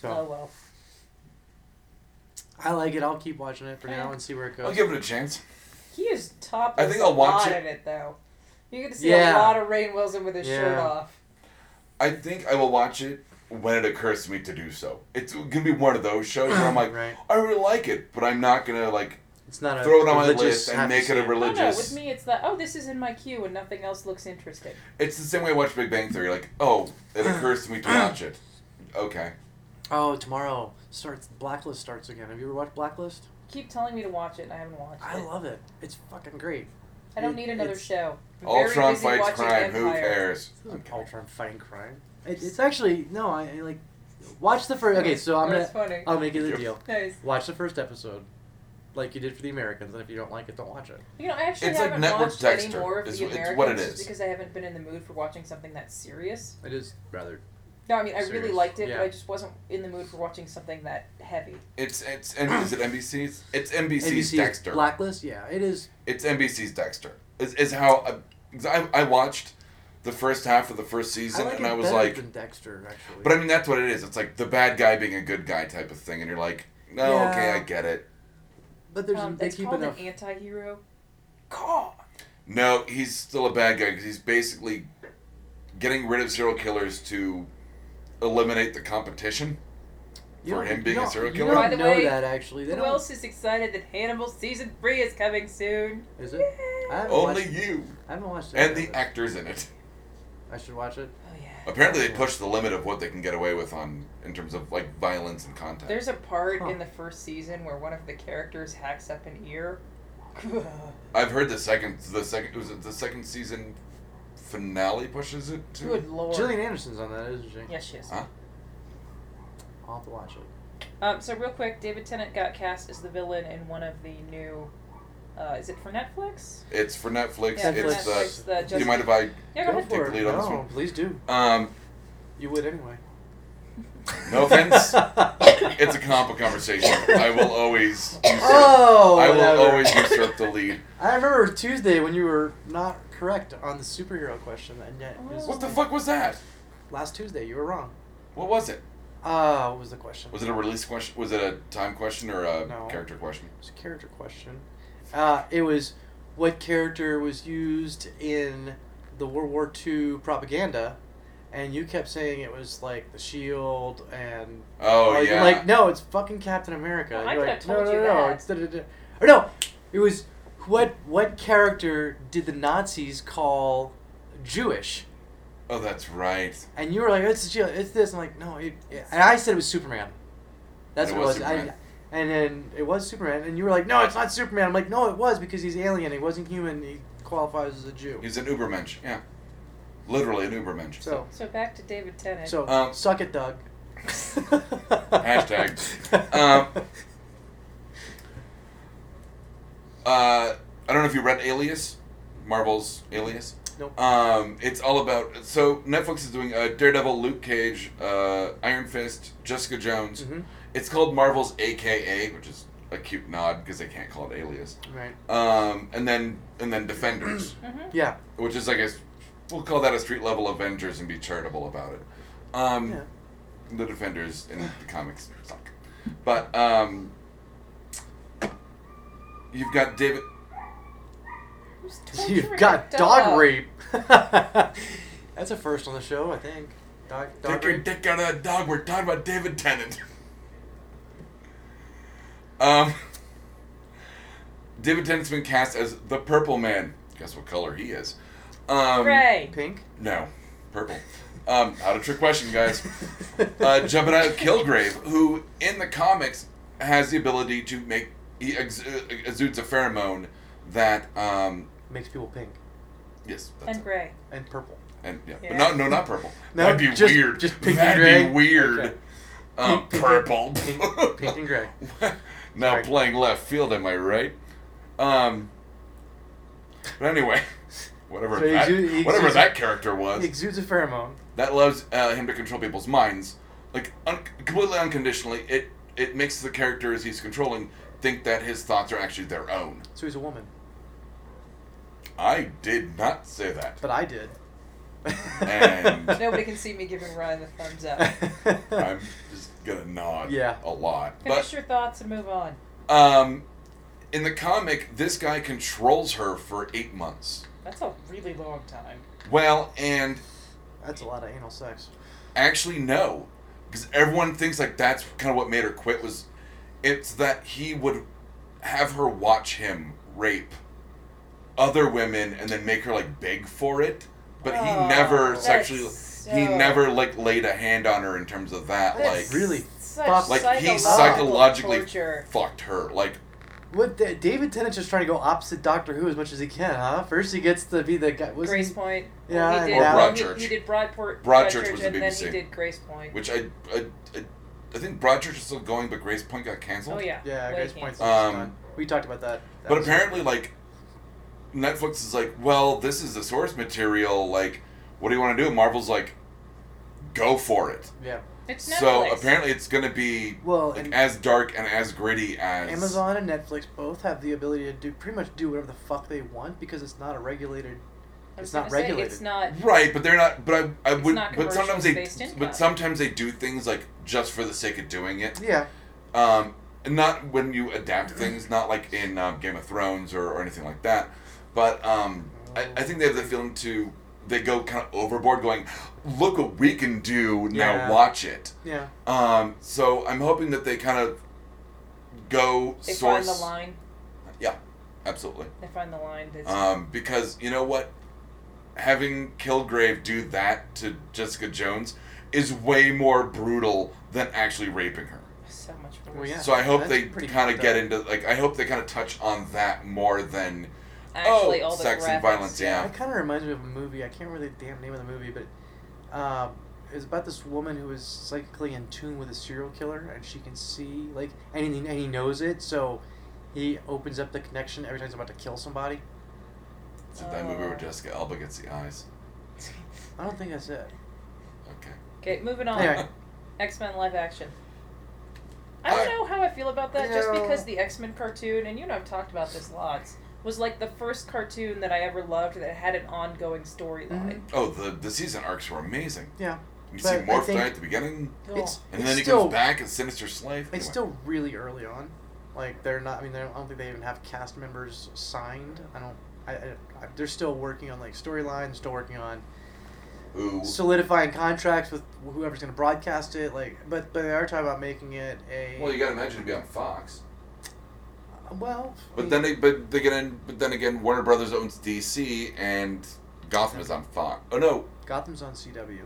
Oh well.
I like it. I'll keep watching it for now
Yeah.
and see where it goes.
I'll give it a chance.
He is top.
I think I'll watch
lot
it.
in it though. You get to see
Yeah.
a lot of Rain Wilson with his shirt
Yeah.
off.
I think I will watch it when it occurs to me to do so. It's gonna be one of those shows where I'm like,
right.
I really like it, but I'm not gonna like
It's not a
throw it on my
religious
list and
have to
make it
see
a religious-
Oh no, with me it's like, oh, this is in my queue and nothing else looks interesting.
It's the same way I watch Big Bang Theory. Like, oh, it occurs to me to watch it. Okay.
Oh, tomorrow starts Blacklist starts again. Have you ever watched Blacklist?
Keep telling me to watch it and I haven't watched
I
it.
love it. It's fucking great.
I don't need
it-
another
it's-
show. I'm very
Ultron
busy
fights
watching
crime. Who
Empire.
cares?
This
I'm
isn't
kidding.
Ultron fighting crime. It, it's actually no. I, I like watch the first. Okay, so I'm gonna.
That's funny.
I'll make it a
Yep.
deal.
Nice.
Watch the first episode, like you did for the Americans, and if you don't like it, don't watch it.
You know, I actually
It's like
haven't
Network
watched
Dexter
any more of
is
the
wh-
Americans
it's what it is.
just because I haven't been in the mood for watching something that serious.
It is rather.
No, I mean I really
Serious.
liked it,
Yeah.
but I just wasn't in the mood for watching something that heavy.
It's it's and is it NBC's? It's NBC's
NBC
Dexter.
Blacklist. Yeah, it is.
It's NBC's Dexter. Is is how I, 'cause I I watched the first half of the first
I
season
like
and
it
I was
better
like,
than Dexter actually.
but I mean that's what it is. It's like the bad guy being a good guy type of thing, and you're like, no,
Yeah.
okay, I get it.
but there's
um,
they
it's
keep
called
enough.
an anti-hero. God.
No, he's still a bad guy because he's basically getting rid of serial killers to eliminate the competition.
You
for
don't-
him being
you
a
don't-
serial
You
killer?
don't
By the
know
way,
that actually. They
Who
don't.
else is excited that Hannibal season three is coming soon? Oh,
Is
Yeah.
it? I haven't
Only
watched.
you
I haven't watched it.
and
yet,
the actors in it.
but I should watch it.
Oh yeah.
Apparently, they push the limit of what they can get away with on in terms of like violence and content.
There's a part
Huh.
in the first season where one of the characters hacks up an ear.
I've heard the second, the second, was it the second season finale pushes it to?
Good lord.
Gillian Anderson's on that, isn't she?
Yes, she is.
Huh?
I'll have to watch it.
Um, so real quick, David Tennant got cast as the villain in one of the new. Uh, is it for Netflix?
It's for Netflix.
Yeah, for
it's uh,
Netflix. The
do you
Justice-
mind if I?
Yeah,
go
go ahead.
Take
for
the
it.
lead
no,
on this one.
please do.
Um,
You would anyway.
no offense. it's a comic conversation. I will always. Usurp,
Oh,
I will
whatever.
always usurp the lead.
I remember Tuesday when you were not correct on the superhero question, and yet it was
What the fuck was that?
last Tuesday you were wrong.
What was it?
Ah, what was the question?
Was it a release question? Was it a time question or a
No.
character question?
It was a character question. Uh, it was what character was used in the World War II propaganda, and you kept saying it was like the Shield and.
Oh
like,
yeah.
like, no, it's fucking Captain America.
Well, I
You're
could
like,
have
no,
told
no,
you
no,
that.
it's da, da, da. Or no, it was what what character did the Nazis call Jewish?
oh, that's right.
And you were like, it's Jew- it's this. I'm like, no, it, it- and I said it was Superman. That's
It
what it
was
was. I,
Superman.
and then it was Superman, and you were like, no, it's not Superman. I'm like, no, it was because he's alien. He wasn't human. He qualifies as a Jew.
He's an Ubermensch. Yeah. Literally an Ubermensch.
So,
So back to David Tennant.
so
Um,
suck it, Doug.
Hashtag. Um, uh, I don't know if you read Alias, Marvel's Alias.
Nope.
Um, it's all about. So Netflix is doing uh, Daredevil, Luke Cage, uh, Iron Fist, Jessica Jones.
Mhm.
It's called Marvel's AKA, which is a cute nod because they can't call it Alias.
Right.
Um, and then and then Defenders,
Mhm.
Yeah.
which is I guess we'll call that a street level Avengers and be charitable about it. Um,
Yeah.
the defenders in the comics suck. But um you've got David
Who's
You've
torturing
got
a
dog rape. That's a first on the show, I think. Dog, dog
Take your
rape.
dick out of that dog, we're talking about David Tennant. um David Tennant's been cast as the purple man. Guess what color he is. Um
Gray.
Pink.
No. Purple. Um, how to trick question, guys. uh, jumping out of Kilgrave, who in the comics has the ability to make he ex- uh, exudes a pheromone that um
Makes people pink
yes that's
And
it.
Gray.
and purple.
and yeah,
Yeah.
but not no not purple
No,
that'd be
just-
weird
just pink
that'd
and
be
gray?
weird
Okay.
um
Pink-
purple
Pink, pink and gray.
now
Sorry.
playing left field am I right um but anyway whatever
So he
that,
exu- he
whatever
exudes-
that character was
It exudes a pheromone.
that allows uh, him to control people's minds, like un- completely unconditionally. It it makes the character as he's controlling think that his thoughts are actually their own.
So he's a woman,
I did not say that.
but I did.
And-
Nobody can see me giving Ryan the thumbs up.
I'm just gonna nod.
Yeah.
A lot.
Finish
But
your thoughts and move on.
um, in the comic, this guy controls her for eight months.
That's a really long time.
Well, and
That's a lot of anal sex.
actually no, because everyone thinks like that's kind of what made her quit was, it's that he would have her watch him rape other women and then make her like beg for it. But
Oh,
he never
that's
sexually, he
so-
never like laid a hand on her in terms of that.
That's
Like
Really
such
fucked
like he
psychological
psychologically
torture.
fucked her. Like
What the, David Tennant's just trying to go opposite Doctor Who as much as he can, huh? First he gets to be the guy. Was
Grace Point.
Yeah,
well, he
I
did,
know. Or
well, he-
Broadchurch.
He, did Broadport,
Broadchurch was the
and then he
BBC.
did Grace Point.
which I, I, I, I think Broadchurch is still going, but Grace Point got canceled.
oh yeah.
Yeah,
Way
Grace
canceled.
Point's
Um,
um, done. We talked about that. that
But
was-
apparently, like Netflix is like, well, this is the source material. Like, what do you want to do? Marvel's like, go for it.
Yeah.
It's Netflix.
So apparently, it's gonna be
Well,
like
and
as dark and as gritty as
Amazon and Netflix both have the ability to do pretty much do whatever the fuck they want because it's not a regulated.
I was
it's
gonna
not
say, It's
regulated.
not.
Right, but they're not. But I, I
It's
would.
not
But sometimes they.
commercial-based income.
But sometimes they do things like just for the sake of doing it.
Yeah.
Um, and not when you adapt things, not like in um, Game of Thrones or, or anything like that. But um, I, I think they have the feeling to they go kind of overboard, going, "Look what we can do
Yeah.
now, watch it."
Yeah.
Um, so I'm hoping that they kind of go
They
source,
find the line.
absolutely,
They find the line. That's,
um, because you know what, having Kilgrave do that to Jessica Jones is way more brutal than actually raping her.
so much worse.
Well, yeah.
So I hope
That's
they
pretty
kind
fucked
of get
up.
into like I hope they kind of touch on that more than
Actually,
oh
all the
sex
graphics.
and violence. Yeah,
That kind of reminds me of a movie. I can't remember the damn name of the movie, but um, it was about this woman who is psychically in tune with a serial killer, and she can see like anything, and he knows it. So he opens up the connection every time he's about to kill somebody.
Is it that movie
Uh.
Oh.
where Jessica Alba gets the eyes?
I don't think that's it.
Okay.
Okay, moving on.
Anyway.
X Men live action. I don't
I-
know how I feel about that, just
No.
because the X Men cartoon, and you and I've talked about this lots, was like the first cartoon that I ever loved that had an ongoing storyline.
Oh, the the season arcs were amazing.
Yeah,
You
But
see
I
Morph
think-
die at the beginning,
Cool.
it's
and
it's
then he
still
comes back as Sinister Slave.
it's
Anyway.
still really early on. Like they're not. I mean, they don't, I don't think they even have cast members signed. I don't. I, I, I- they're still working on like storylines. Still working on
Ooh.
solidifying contracts with whoever's going to broadcast it. Like, but but they are talking about making it a. Uh,
Well, you gotta imagine it'd be on Fox.
Well,
But then they but they get in, but then again Warner Brothers owns DC and Gotham is on Fox. Oh no,
Gotham's on CW.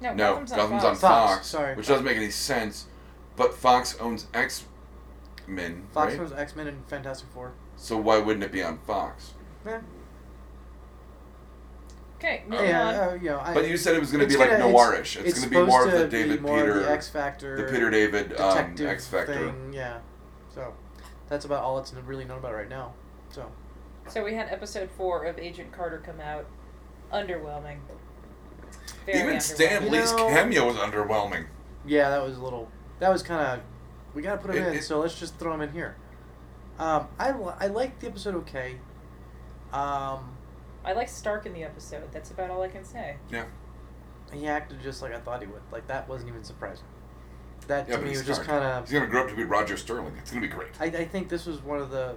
No,
no,
Gotham's
Gotham's,
on
on,
Fox.
Fox,
Fox, sorry.
which doesn't make any sense. But Fox owns X Men,
Fox
right?
owns X Men and Fantastic Four.
So why wouldn't it be on Fox?
Yeah,
Okay,
Oh,
moving
yeah,
on.
uh, you know, I,
But you said it was going to
it's
be like
gonna-
noirish. It's, going to be
supposed
more of
to
the David
be more of
Peter,
the X Factor,
the Peter David um,
detective
X Factor.
thing. Yeah, so that's about all it's really known about right now. So
So we had episode four of Agent Carter come out. Underwhelming. Very
Even
underwhelming.
Stan
You
Lee's
know-
cameo was underwhelming.
yeah, that was a little. That was kind of. We gotta put him
It-
in,
it-
so let's just throw him in here. Um, I li- I liked the episode okay. Um,
I like Stark in the episode. That's about all I can say.
he acted just like I thought he would. Like that wasn't even surprising. That
Yeah,
to
but
me
he's
was just
Stark.
kind of.
He's going to grow up to be Roger Sterling. It's going to be great.
I, I think this was one of the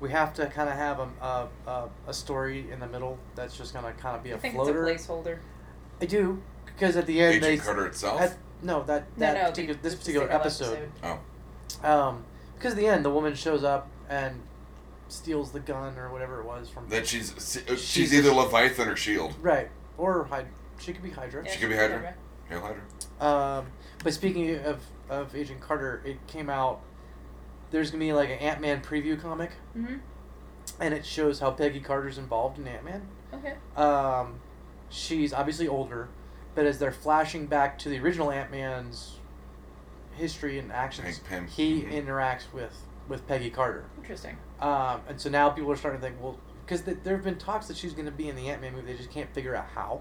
we have to kind of have a, a, a, a story in the middle that's just gonna kind of be
I
a
think
floater.
it's a placeholder.
I do because at the end
Agent
they
Carter itself.
at- no that
No,
that
no.
particular,
the-
this
the
particular
single
episode,
oh,
um because at the end the woman shows up and steals the gun or whatever it was from
that she's uh, she's,
She's-
either Leviathan or Shield.
right or Hyd- she could be Hydra.
Yeah,
She could be Hydra. Hail Hydra.
Um, but speaking of of Agent Carter, it came out. There's gonna be like an Ant Man preview comic,
Mm-hmm.
and it shows how Peggy Carter's involved in Ant Man.
Okay.
um, she's obviously older, but as they're flashing back to the original Ant Man's history and actions,
Hank Pym.
he
Mhm.
interacts with with Peggy Carter,
Interesting.
um, and so now people are starting to think, well, because th- there have been talks that she's going to be in the Ant Man movie, they just can't figure out how.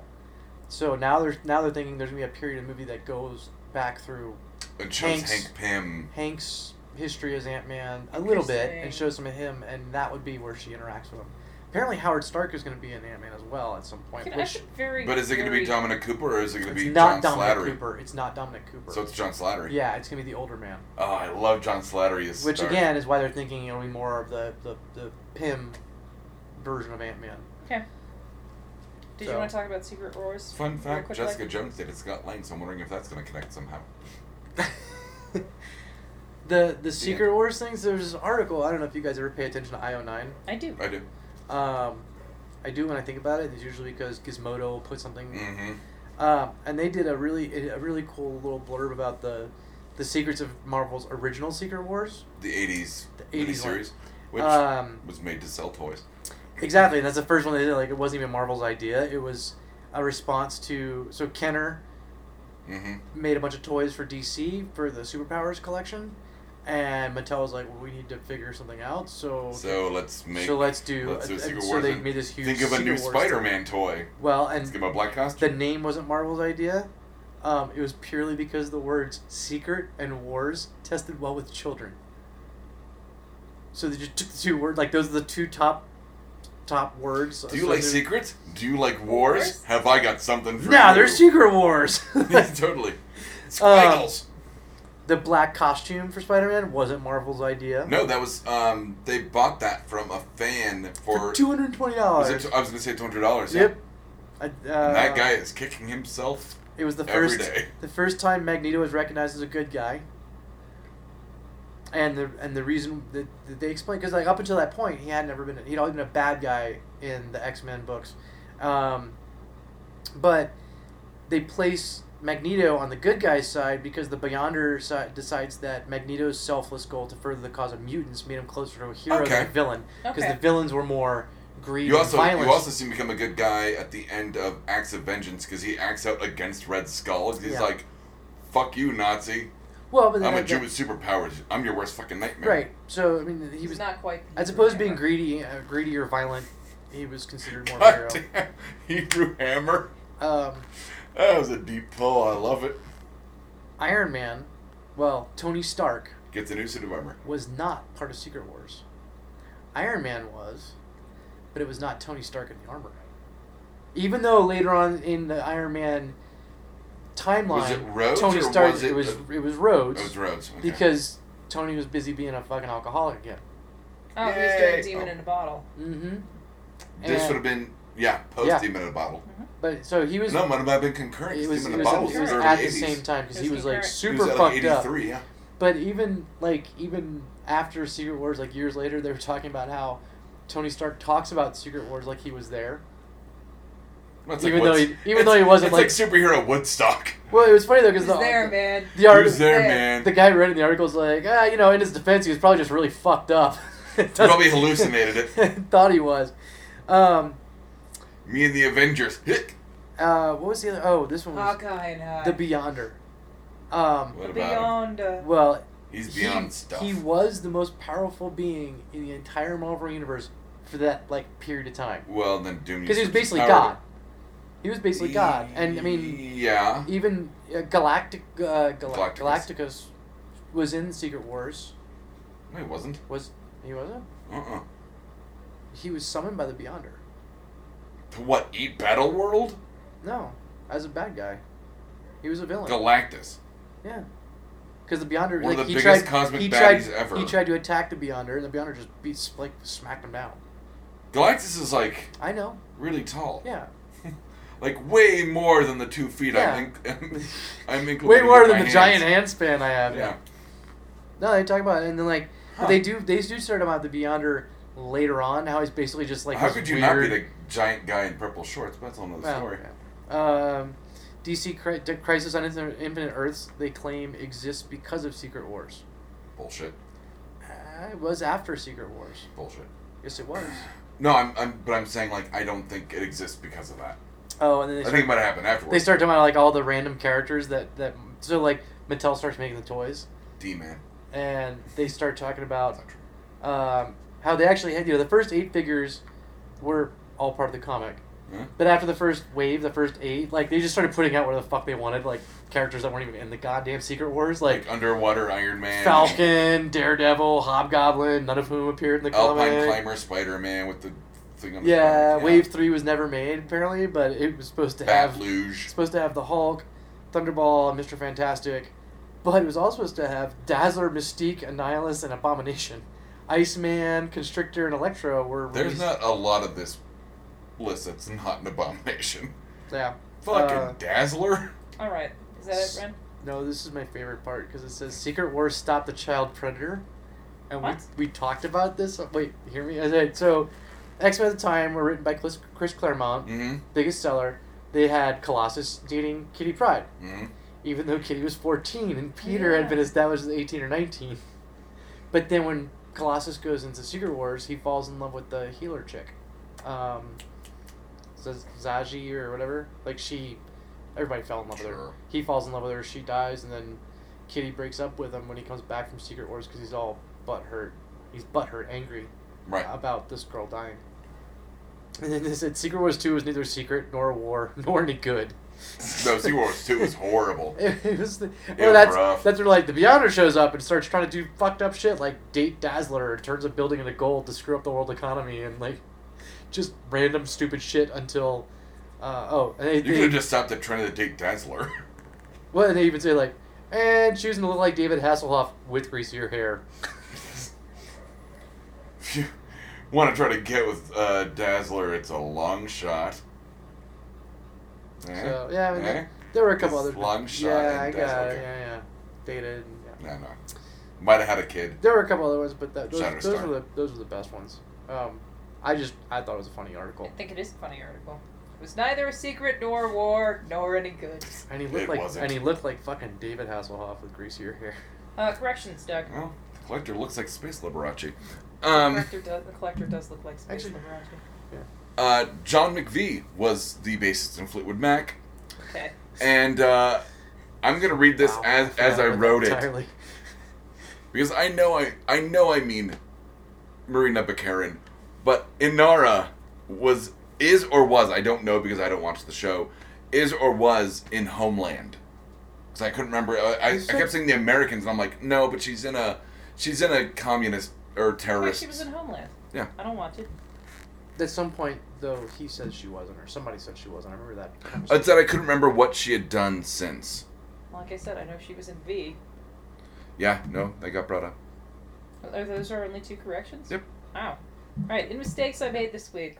So now they're now they're thinking there's going to be a period of movie that goes back through
it shows
Hanks.
Hank Pym.
Hank's history as Ant Man a little bit
Interesting.
and shows some of him, and that would be where she interacts with him. Apparently, Howard Stark is going to be in Ant Man as well at some point.
Can, I
which
should very.
But is it going to
very-
be Dominic Cooper or is it going to
it's
be
not
John
Dominic
Slattery?
Cooper. It's not Dominic Cooper.
So it's John Slattery.
yeah, it's going to be the older man,
Oh, I love John Slattery as
which
Stark.
again is why they're thinking it'll be more of the the, the Pym version of Ant Man.
Did
so-
you want to talk about Secret Wars?
Fun
real
fact:
quick,
Jessica
like-
Jones did it Scott Lang, so I'm wondering if that's going to connect somehow.
the the Secret Wars things. There's an article. I don't know if you guys ever pay attention to IO nine.
I do.
I do.
Um, I do when I think about it. It's usually because Gizmodo will put something
Mm-hmm.
Um, and they did a really a really cool little blurb about the the secrets of Marvel's original Secret Wars.
The '80s,
The 80s one.
miniseries, which
um,
was made to sell toys.
exactly, and that's the first one they did. Like it wasn't even Marvel's idea. It was a response to so Kenner
Mm-hmm.
made a bunch of toys for DC for the Superpowers collection, and Mattel was like, well, we need to figure something out. So
So let's make.
so let's do.
let's do
and
Secret
so
Wars
they
and
made this huge.
think of a
Secret
new
Wars thing.
Spider-Man toy.
Well,
Let's
and
give him a black
the
costume.
name wasn't Marvel's idea. Um, it was purely because the words secret and wars tested well with children. So they just took the two words, like those are the two top top words.
do you like secrets? Do you like wars?
Wars?
Have I got something for
Yeah,
you?
there's secret wars.
totally. Squiggles.
Um, the black costume for Spider-Man wasn't Marvel's idea.
no, that was um. They bought that from a fan for.
two hundred twenty
was
dollars.
it, I was going to say two hundred dollars.
Yep. I- uh,
And that guy is kicking himself.
It was the
every
first
day.
the first time Magneto was recognized as a good guy. And the and the reason that, that they explained because like up until that point he had never been he'd always been a bad guy in the X Men books, um, but they place Magneto on the good guy's side because the Beyonder side decides that Magneto's selfless goal to further the cause of mutants made him closer to a hero than
Okay.
a villain because
Okay.
the villains were more greed
You also
and violence.
you also see him become a good guy at the end of Acts of Vengeance because he acts out against Red Skull. He's
Yeah.
like, "Fuck you, Nazi!
well, but then
I'm a
like
Jew
that-
with superpowers. I'm your worst fucking nightmare."
right? So I mean, he
He's
was
not quite.
As opposed to being greedy, uh, greedy or violent, he was considered more
God
of a hero.
damn, Hebrew Hammer.
Um,
That was a deep pull. I love it.
Iron Man, well, Tony Stark
Gets a new suit of armor.
was not part of Secret Wars. Iron Man was, but it was not Tony Stark in the armor. Even though later on in the Iron Man timeline,
Was it Rhodes
Tony
or
Stark
was it-
was it was Rhodes
Oh, it's Rhodes. Okay.
because Tony was busy being a fucking alcoholic again.
Oh, he's
Yay.
got a demon
Oh.
in a bottle.
Mm-hmm.
this would have been yeah post
Yeah.
Demon in a Bottle.
But so he was.
No, might have been concurrent. 'cause
It was,
Demon in
it
a
was,
Bottle
it was
was early
at the
80s.
same time because
It
he
was
was like
He was
concurrent.
super
at, like
fucked up.
83, Yeah.
But even like even after Secret Wars, like years later, they were talking about how Tony Stark talks about Secret Wars like he was there.
Well, it's
Even though
Woods-
he- even
it's-
though he wasn't,
it's like, superhero Woodstock.
Well, it was funny though because
He's
the
there, man.
the art,
Who's there,
Yeah.
man?
the guy who read in the article was like, ah, you know, in his defense, he was probably just really fucked up.
Probably hallucinated it.
Thought he was. Um,
Me and the Avengers. Hick.
uh, what was the other? Oh, this one was
Hawkeye and I.
the Beyonder. Um,
What about him?
Beyond. uh,
well,
He's
He-
beyond stuff.
He was the most powerful being in the entire Marvel universe for that like period of time
well, then Doom.
because he was
used his
basically
power
God.
to-
He was basically God, and I mean,
yeah,
even uh, Galactic uh, Gal-
Galacticus.
Galacticus was in Secret Wars.
no, he wasn't.
Was he wasn't?
Uh uh
He was summoned by the Beyonder.
To what? Eat Battle World?
No, as a bad guy, he was a villain.
Galactus.
yeah, because the Beyonder
One of
like,
the
he
biggest
tried,
cosmic
he tried,
baddies ever.
He tried to attack the Beyonder, and the Beyonder just beat like smacked him down.
Galactus is like
I know.
really tall.
Yeah.
Like way more than the two feet.
Yeah.
I'm, inc- I'm including.
Way more
with
than
my
the
hands.
giant hand span I have.
Yeah.
No, they talk about it, and then like but
Huh.
they do they do start about the Beyonder later on. How he's basically just like
How
this
could you
weird,
not be the giant guy in purple shorts? But that's another
well,
story.
yeah. Um, DC Cri- the Crisis on Infinite Infinite Earths they claim exists because of Secret Wars.
Bullshit.
Uh, it was after Secret Wars.
Bullshit.
Yes, it was.
No, I'm, I'm. But I'm saying like I don't think it exists because of that.
Oh, and then they
I
start,
think it might have happened
they
afterwards.
start talking about like all the random characters that that so like Mattel starts making the toys,
D man.
and they start talking about
That's not true.
um, how they actually had you know the first eight figures were all part of the comic,
Yeah.
But after the first wave, the first eight, like they just started putting out whatever the fuck they wanted, like characters that weren't even in the goddamn Secret Wars, like,
Like underwater Iron Man,
Falcon, Daredevil, Hobgoblin, none of whom appeared in the
Alpine
comic.
climber, Spider Man with the thing on.
Yeah,
his back,
Wave Three was never made apparently, but it was supposed to
Bat
have
luge.
supposed to have the Hulk, Thunderball, and Mister Fantastic, but it was also supposed to have Dazzler, Mystique, Annihilus, and Abomination. Iceman, Constrictor, and Electro were
There's
released.
not a lot of this list that's not an abomination.
yeah.
Fucking
Uh,
Dazzler.
All right. Is that it, Ren?
No, this is my favorite part because it says Secret Wars Stop the Child Predator. And
What?
we we talked about this. Oh, Wait, hear me. Okay, so X Men at the time were written by Chris, Chris Claremont,
Mm
biggest seller. They had Colossus dating Kitty Pride,
hmm. Mm
even though Kitty was 14 and Peter
Yeah.
had been established as 18 or 19. But then when Colossus goes into Secret Wars, he falls in love with the healer chick. Um, Z- Zaji or whatever. Like she, everybody fell in
hmm.
love with her
Sure.
he falls in love with her, she dies, and then Kitty breaks up with him when he comes back from Secret Wars because he's all butthurt. He's butthurt, angry
Right.
about this girl dying. And then they said Secret Wars 2 was neither secret nor a war nor any good.
No, Secret Wars 2 was horrible.
It, was the,
was
well, that's
rough.
that's where like the Beyonder shows up and starts trying to do fucked up shit like date Dazzler or turns a building into gold to screw up the world economy and like just random stupid shit until uh, oh and they,
You
they-
could have just stopped the trend of the Dick Dazzler.
Well, and they even say like, and choosing to look like David Hasselhoff with greasier hair.
if you want to try to get with uh, Dazzler, it's a long shot. Eh?
So yeah, I mean,
Eh?
there were a couple
This
other.
long shot
yeah, I
and
got
Dazzler.
it. Yeah, yeah. Dated. and- Yeah.
No, no. Might have had a kid.
There were a couple other ones, but that, those,
Shadow
those
Star.
were the those were the best ones. Um, I just I thought it was a funny
I
article,
think it is a funny article. It was neither a secret nor war nor any good.
and he looked
It
like
wasn't.
and he looked like fucking David Hasselhoff with greasier hair.
Uh, corrections, Doug.
Well, the collector looks like Space Liberace.
the,
Um,
collector does, the collector does look like Space
Actually-
Liberace.
uh, John McVie was the bassist in Fleetwood Mac,
Okay.
and uh, I'm gonna read this
Wow,
as
forgot
as I
about that
wrote it.
entirely.
because I know I I know I mean Marina Baccarin, but Inara was is or was I don't know because I don't watch the show is or was in Homeland because I couldn't remember I, I, I
Is it-
kept saying the Americans and I'm like no but she's in a she's in a communist or
Wait,
terrorist
she was in Homeland.
Yeah.
I don't watch it.
At some point, though, he said she wasn't, or somebody said she wasn't. I remember that.
it's that I couldn't remember what she had done since
Like I said, I know she was in V.
yeah no that got brought up
Are those our only two corrections?
Yep.
Wow. All right, in mistakes I made this week.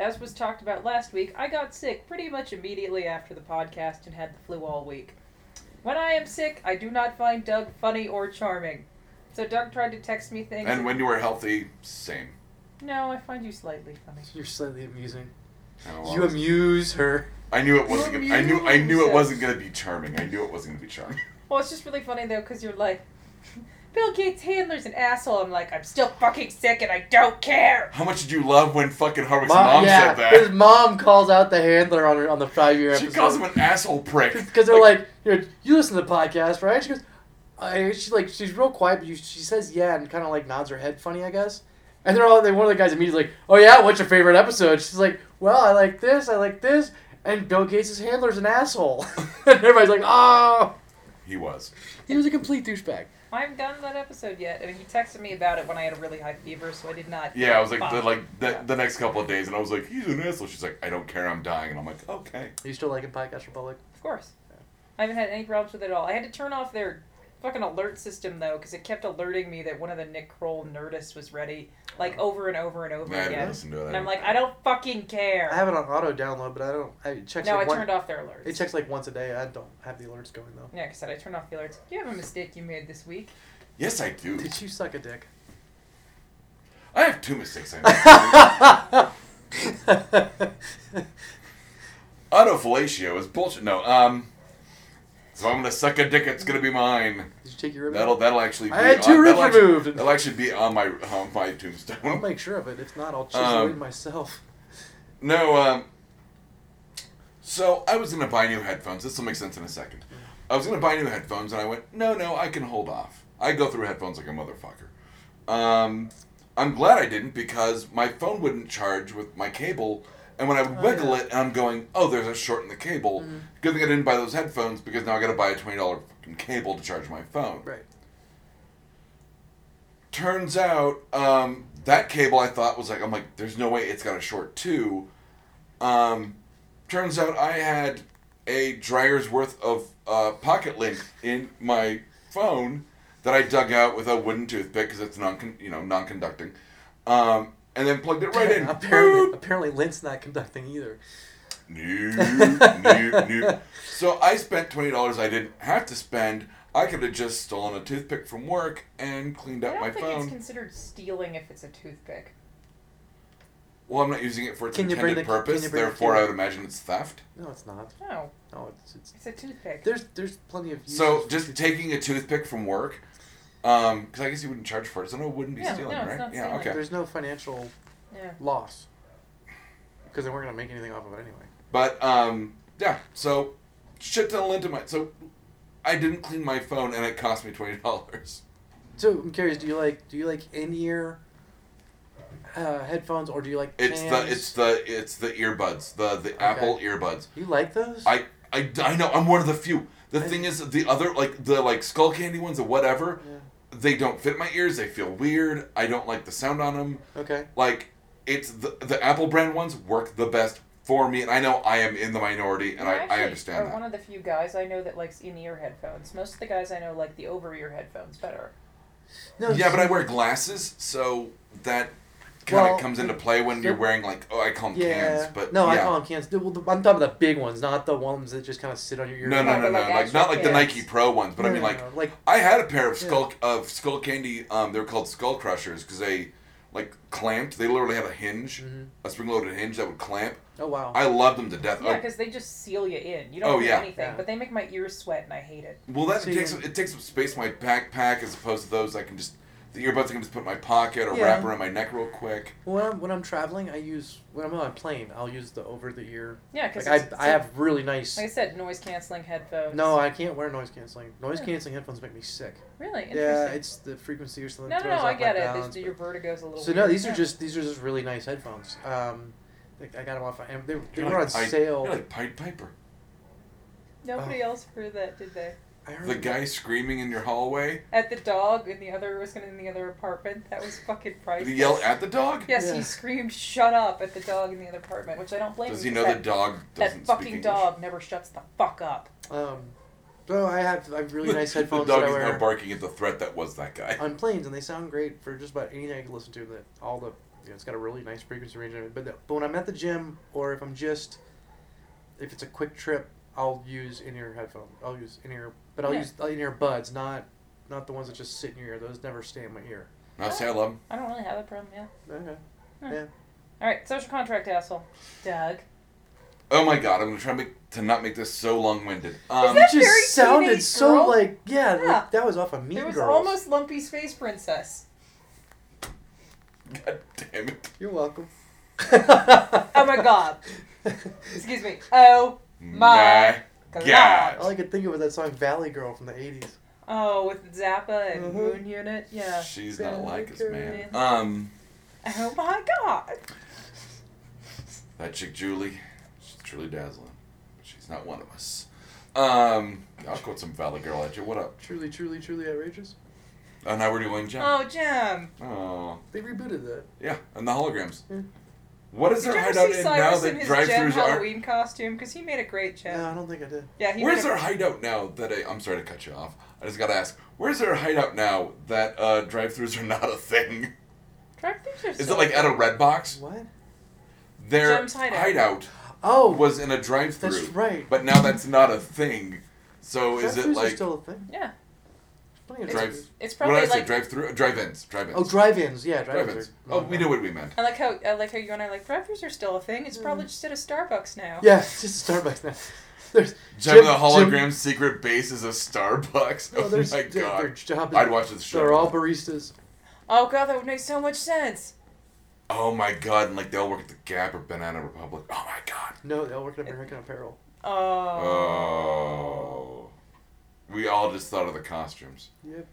As was talked about last week, I got sick pretty much immediately after the podcast and had the flu all week. When I am sick, I do not find Doug funny or charming. So Doug tried to text me things.
and when you were healthy same
no, I find you slightly funny.
You're slightly amusing.
I don't know.
You amuse her.
I knew it wasn't
You
gonna, I knew I knew
amuse
it wasn't gonna be charming I knew it wasn't gonna be charming
Well, it's just really funny though, because you're like, Bill Gates Handler's an asshole. I'm like, I'm still fucking sick and I don't care.
How much did you love when fucking Harvick's
Mom-
mom
yeah, his
said
mom calls out the handler on her, on the five year
that? She
episode.
calls him an asshole prick.
because they're like, you, know, you listen to the podcast, right? She goes, I, she's like, she's real quiet, but you, she says yeah and kind of like nods her head funny, I guess. And they're all, they, one of the guys immediately like, oh yeah, what's your favorite episode? She's like, well, I like this, I like this, and Bill Gates' handler's an asshole. and everybody's like, oh,
he was.
he was a complete douchebag.
I haven't done that episode yet. I mean, he texted me about it when I had a really high fever, so I did not.
Yeah, I was like the,
Fuck.
like the, the next couple of days, and I was like, he's an asshole. She's like, I don't care, I'm dying, and I'm like, okay.
Are you still liking Podcast Republic?
Of course. I haven't had any problems with it at all. I had to turn off their fucking alert system though, because it kept alerting me that one of the Nick Kroll Nerdist was ready, like over and over and over
I didn't
again.
listen to Oh. it.
And I'm like, I don't fucking care.
I have it on auto download, but I don't. I it checks.
no, I
like one,
turned off their alerts.
It checks like once a day. I don't have the alerts going though.
yeah, 'cause I said I turned off the alerts. Do you have a mistake you made this week?
yes, I do.
Did you suck a dick?
I have two mistakes. I made. Auto fellatio is bullshit. No, um. So I'm gonna suck a dick. It's gonna be mine.
Did you take your ribbon?
That'll that'll actually. Be
I had two
on,
ribs
that'll actually-
removed. Oh
That'll actually be on my on my tombstone.
I'll make sure of it. If not, I'll chisel
Um,
it myself.
No, um. So I was gonna buy new headphones. This will make sense in a second. I was gonna buy new headphones, and I went, no, no, I can hold off. I go through headphones like a motherfucker. Um, I'm glad I didn't because my phone wouldn't charge with my cable, And when I would
Oh,
wiggle
yeah. Mm-hmm.
it, I'm going, oh, there's a short in the cable. Good thing I didn't buy those headphones because now I got to buy a twenty dollar fucking cable to charge my phone.
Right.
Turns out um, that cable I thought was like I'm like there's no way it's got a short too. Um, turns out I had a dryer's worth of uh, pocket link in my phone that I dug out with a wooden toothpick because it's non con- you know non conducting, um, and then plugged it right in.
apparently,
Boop.
apparently, Lint's not conducting either.
Nope, nope, nope. So I spent twenty dollars I didn't have to spend. I could have just stolen a toothpick from work and cleaned
I
out
don't
my
think it's
phone.
considered stealing if it's a toothpick.
Well, I'm not using it for its
Can you bring
intended
the- can
purpose.
you bring the
Therefore, I
keyboard?
would imagine it's theft.
No, it's not.
No,
No, it's, it's
it's a toothpick.
there's there's plenty of.
So
uses.
just taking a toothpick from work, because I guess you wouldn't charge for it. So no, it wouldn't be
Yeah,
stealing,
no, it's
right?
not
yeah,
stealing.
okay.
There's no financial
yeah.
loss because they weren't gonna make anything off of it anyway.
But um, yeah, so shit ton of lint in my. So I didn't clean my phone, and it cost me twenty dollars.
So I'm curious, do you like do you like in ear uh, headphones or do you like
It's
cans?
the it's the it's the earbuds, the the Apple earbuds.
You like those?
I, I, I know I'm one of the few. The
I-
thing is, the other like the like skull candy ones or whatever,
Yeah.
they don't fit my ears. They feel weird. I don't like the sound on them.
Okay.
Like it's the the Apple brand ones work the best for me, and I know I am in the minority, and
You
I, I
actually
understand
are
that.
one of the few guys I know that likes in-ear headphones. Most of the guys I know like the over-ear headphones better.
No.
yeah, but I
see-
wear glasses, so that kind of
Well,
comes into play when you're
the-
wearing like oh I call them
Yeah.
cans, but
no, I
yeah.
call them cans. The- Well, the, I'm talking about the big ones, not the ones that just kind of sit on your ear.
no, no,
Like
no,
the,
no,
like,
like not
actual
like the
cans.
Nike Pro ones, but I
No,
mean
no,
like
no, like
I had a pair of
Yeah.
skull of skull candy. Um, they were called skull crushers because they like clamped. They literally had a hinge,
Mhm.
a spring loaded hinge that would clamp.
oh wow.
I loved them to death.
Yeah,
Oh,
because they just seal you in. You don't
Oh,
do
yeah.
anything,
Yeah.
but they make my ears sweat, and I hate it.
well, that
So
takes
you-
it takes up space in my backpack as opposed to those I can just the earbuds I can just put in my pocket or
Yeah.
wrap around my neck real quick.
when I'm when I'm traveling, I use when I'm on a plane, I'll use the over the ear.
Yeah,
Like
because
I, I have really nice.
like I said, noise canceling headphones.
No, I can't wear noise canceling. Noise
Yeah.
canceling headphones make me sick.
really interesting.
Yeah, it's the frequency or something.
no,
that
no,
throws
no. I
off my
get it.
balance,
This, your
but-
vertigo's a little.
So no,
weird.
these
Yeah.
are just these are just really nice headphones. Um, I think I got them off. Am- They, they
You're
were
like,
on
I-
sale.
You're like Pied Piper.
oh.
nobody else heard that, did they?
I heard
The guy screaming in your hallway.
At the dog in the other was in the other apartment. That was fucking
Did
priceless.
he yell at the dog?
Yes,
Yeah.
he screamed "Shut up!" at the dog in the other apartment, which I don't blame.
Does he
him,
know
because
the dog
that,
doesn't
that
speak
fucking
English?
dog never shuts the fuck up?
Um, so I have I have really nice headphones
the dog
that I
is now
wear
barking at the threat that was that guy.
on planes, and they sound great for just about anything I can listen to. That all the you know, it's got a really nice frequency range. in it. But the, but when I'm at the gym or if I'm just if it's a quick trip, I'll use in ear headphones. I'll use in ear, but I'll
Yeah.
use in ear buds, not not the ones that just sit in your ear. Those never stay in my ear.
Now say I love him.
I don't really have that problem. Yeah.
Okay.
All right, social contract asshole, Doug.
Oh my god, I'm gonna try make, to not make this so long winded.
Is
Um,
that
just
very
sounded
teenage
so
girl?
like yeah, like,
Yeah.
that was off of Mean
there was
Girls.
almost Lumpy Space Princess.
God damn it.
You're welcome.
Oh my god. Excuse me. Oh My god.
God.
All I could think of was that song Valley Girl from the '80s.
Oh, with Zappa and
Mhm.
Moon Unit. Yeah.
She's not
Better
like us,
girl.
man. Um,
Oh my god.
that chick Julie, she's truly dazzling, but she's not one of us. Um, I'll quote some Valley Girl at you. What up?
Truly, truly, truly outrageous.
Oh, now we're doing Jen.
Oh, Jim.
Oh,
They rebooted that.
yeah, and the holograms.
Yeah.
What is
Did you
their
ever
hideout
see
in now
Hmm. Cyrus in
that
his
drive-throughs
Jim
are?
Halloween costume? Because he made a great Jim.
No, I don't think I did.
Yeah, he
Where's
made
their
a...
hideout now that I? I'm sorry to cut you off. I just gotta ask. Where's their hideout now that uh, drive-throughs are not a thing?
Drive-thrus are
Is
so
it like at a
good.
Red Box?
What?
Their
Jim's hideout.
hideout
Oh,
was in a drive-through.
that's right.
But now that's not a thing. So is it
Drive-thrus are
like
still a thing?
Yeah.
There's plenty of
Drive-
drive-thrus.
It's
what did I
probably
say?
like.
Drive through, drive ins, drive ins.
Oh, drive-ins. Yeah,
drive
drive-ins.
ins.
are-
Oh, we knew what we meant.
I like how I like how you and I are like drive-thrus are still a thing. It's probably just at a Starbucks now.
Mm. Yeah, it's just Starbucks now. There's
Gem
Jim-
the
Jim-
hologram secret base is a Starbucks.
No,
Oh
there's,
my
their,
god!
Their job is,
I'd watch this show.
They're all baristas.
Oh god, that would make so much sense.
oh my god! And like they all work at the Gap or Banana Republic. Oh my god!
No, they all work at American Apparel.
Oh.
Oh. We all just thought of the costumes.
Yep.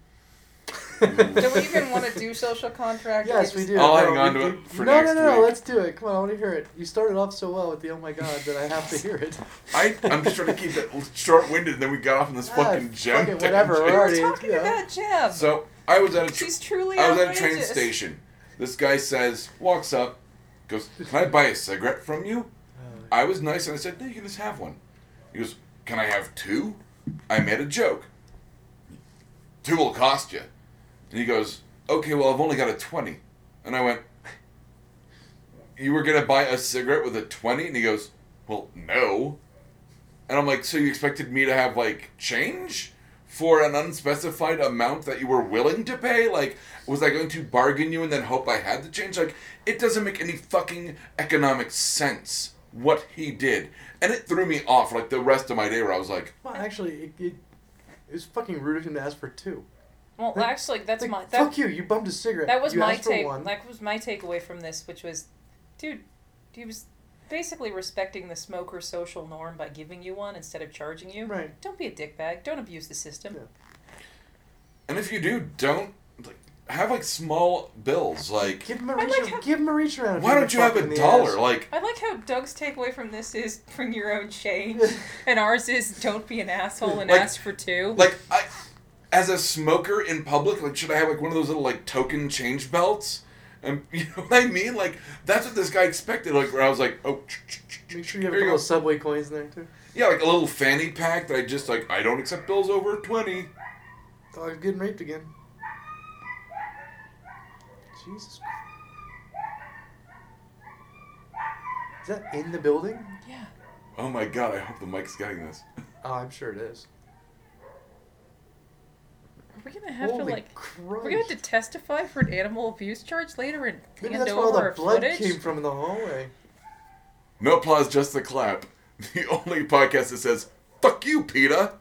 Do we even want to do social contract?
Yes,
It's-
we do.
Mm. I'll
No,
hang
we
on to
do.
it for
no,
next
No, no, no.
week.
Let's do it. Come on, I want to hear it. You started off so well with the "Oh my God" that I have to hear it.
I, I'm just trying to keep it short winded, and then we got off on this
Ah,
fucking
fuck
gem.
it, whatever,
We
tangent.
were
Already,
talking
yeah.
about Jem.
So I was at a tr-
She's truly
I was at a
outrageous.
train station. This guy says, walks up, goes, "Can I buy a cigarette from you?" I was nice and I said, No, you can just have one. He goes, Can I have two? I made a joke. Two will cost you. And he goes, Okay, well, I've only got a 20. And I went, You were going to buy a cigarette with a 20? And he goes, Well, no. And I'm like, So you expected me to have, like, change? For an unspecified amount that you were willing to pay? Like, was I going to bargain you and then hope I had the change? Like, it doesn't make any fucking economic sense what he did. And it threw me off, like, the rest of my day where I was like,
Well, actually, it, it, it was fucking rude of him to ask for two.
Well, actually, that's
Like,
my that,
fuck you. You bummed a cigarette.
that was
you
my
asked for
take.
one.
That was my takeaway from this, which was, dude, he was basically respecting the smoker social norm by giving you one instead of charging you.
Right.
Don't be a dickbag. Don't abuse the system.
and if you do, don't, like, have, like, small bills. Like,
Give him a
I
reach.
like
around-
how-
give him a reach around. if
why
you're
don't you
gonna
have
fuck him
a
in the ass.
dollar? Like,
I like how Doug's takeaway from this is bring your own change, and ours is don't be an asshole and
Like-
ask for two.
like, I, as a smoker in public, like, should I have, like, one of those little, like, token change belts? And you know what I mean? Like, that's what this guy expected. Like, where I was like, oh,
Make sure you have a
Here you
couple
go.
of Subway coins in there too.
yeah, like a little fanny pack that I just, like, I don't accept bills over 20.
Oh, I'm getting raped again. Jesus. Christ. Is that in the building?
yeah.
Oh my god, I hope the mic's getting this.
Oh, I'm sure it is.
Are we gonna have
Holy
to like?
Christ.
We're gonna have to testify for an animal abuse charge later and
Maybe
hand
that's where all
over our
the blood
footage.
came from in the hallway.
No applause, just the clap. The only podcast that says, fuck you, PETA.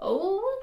Oh,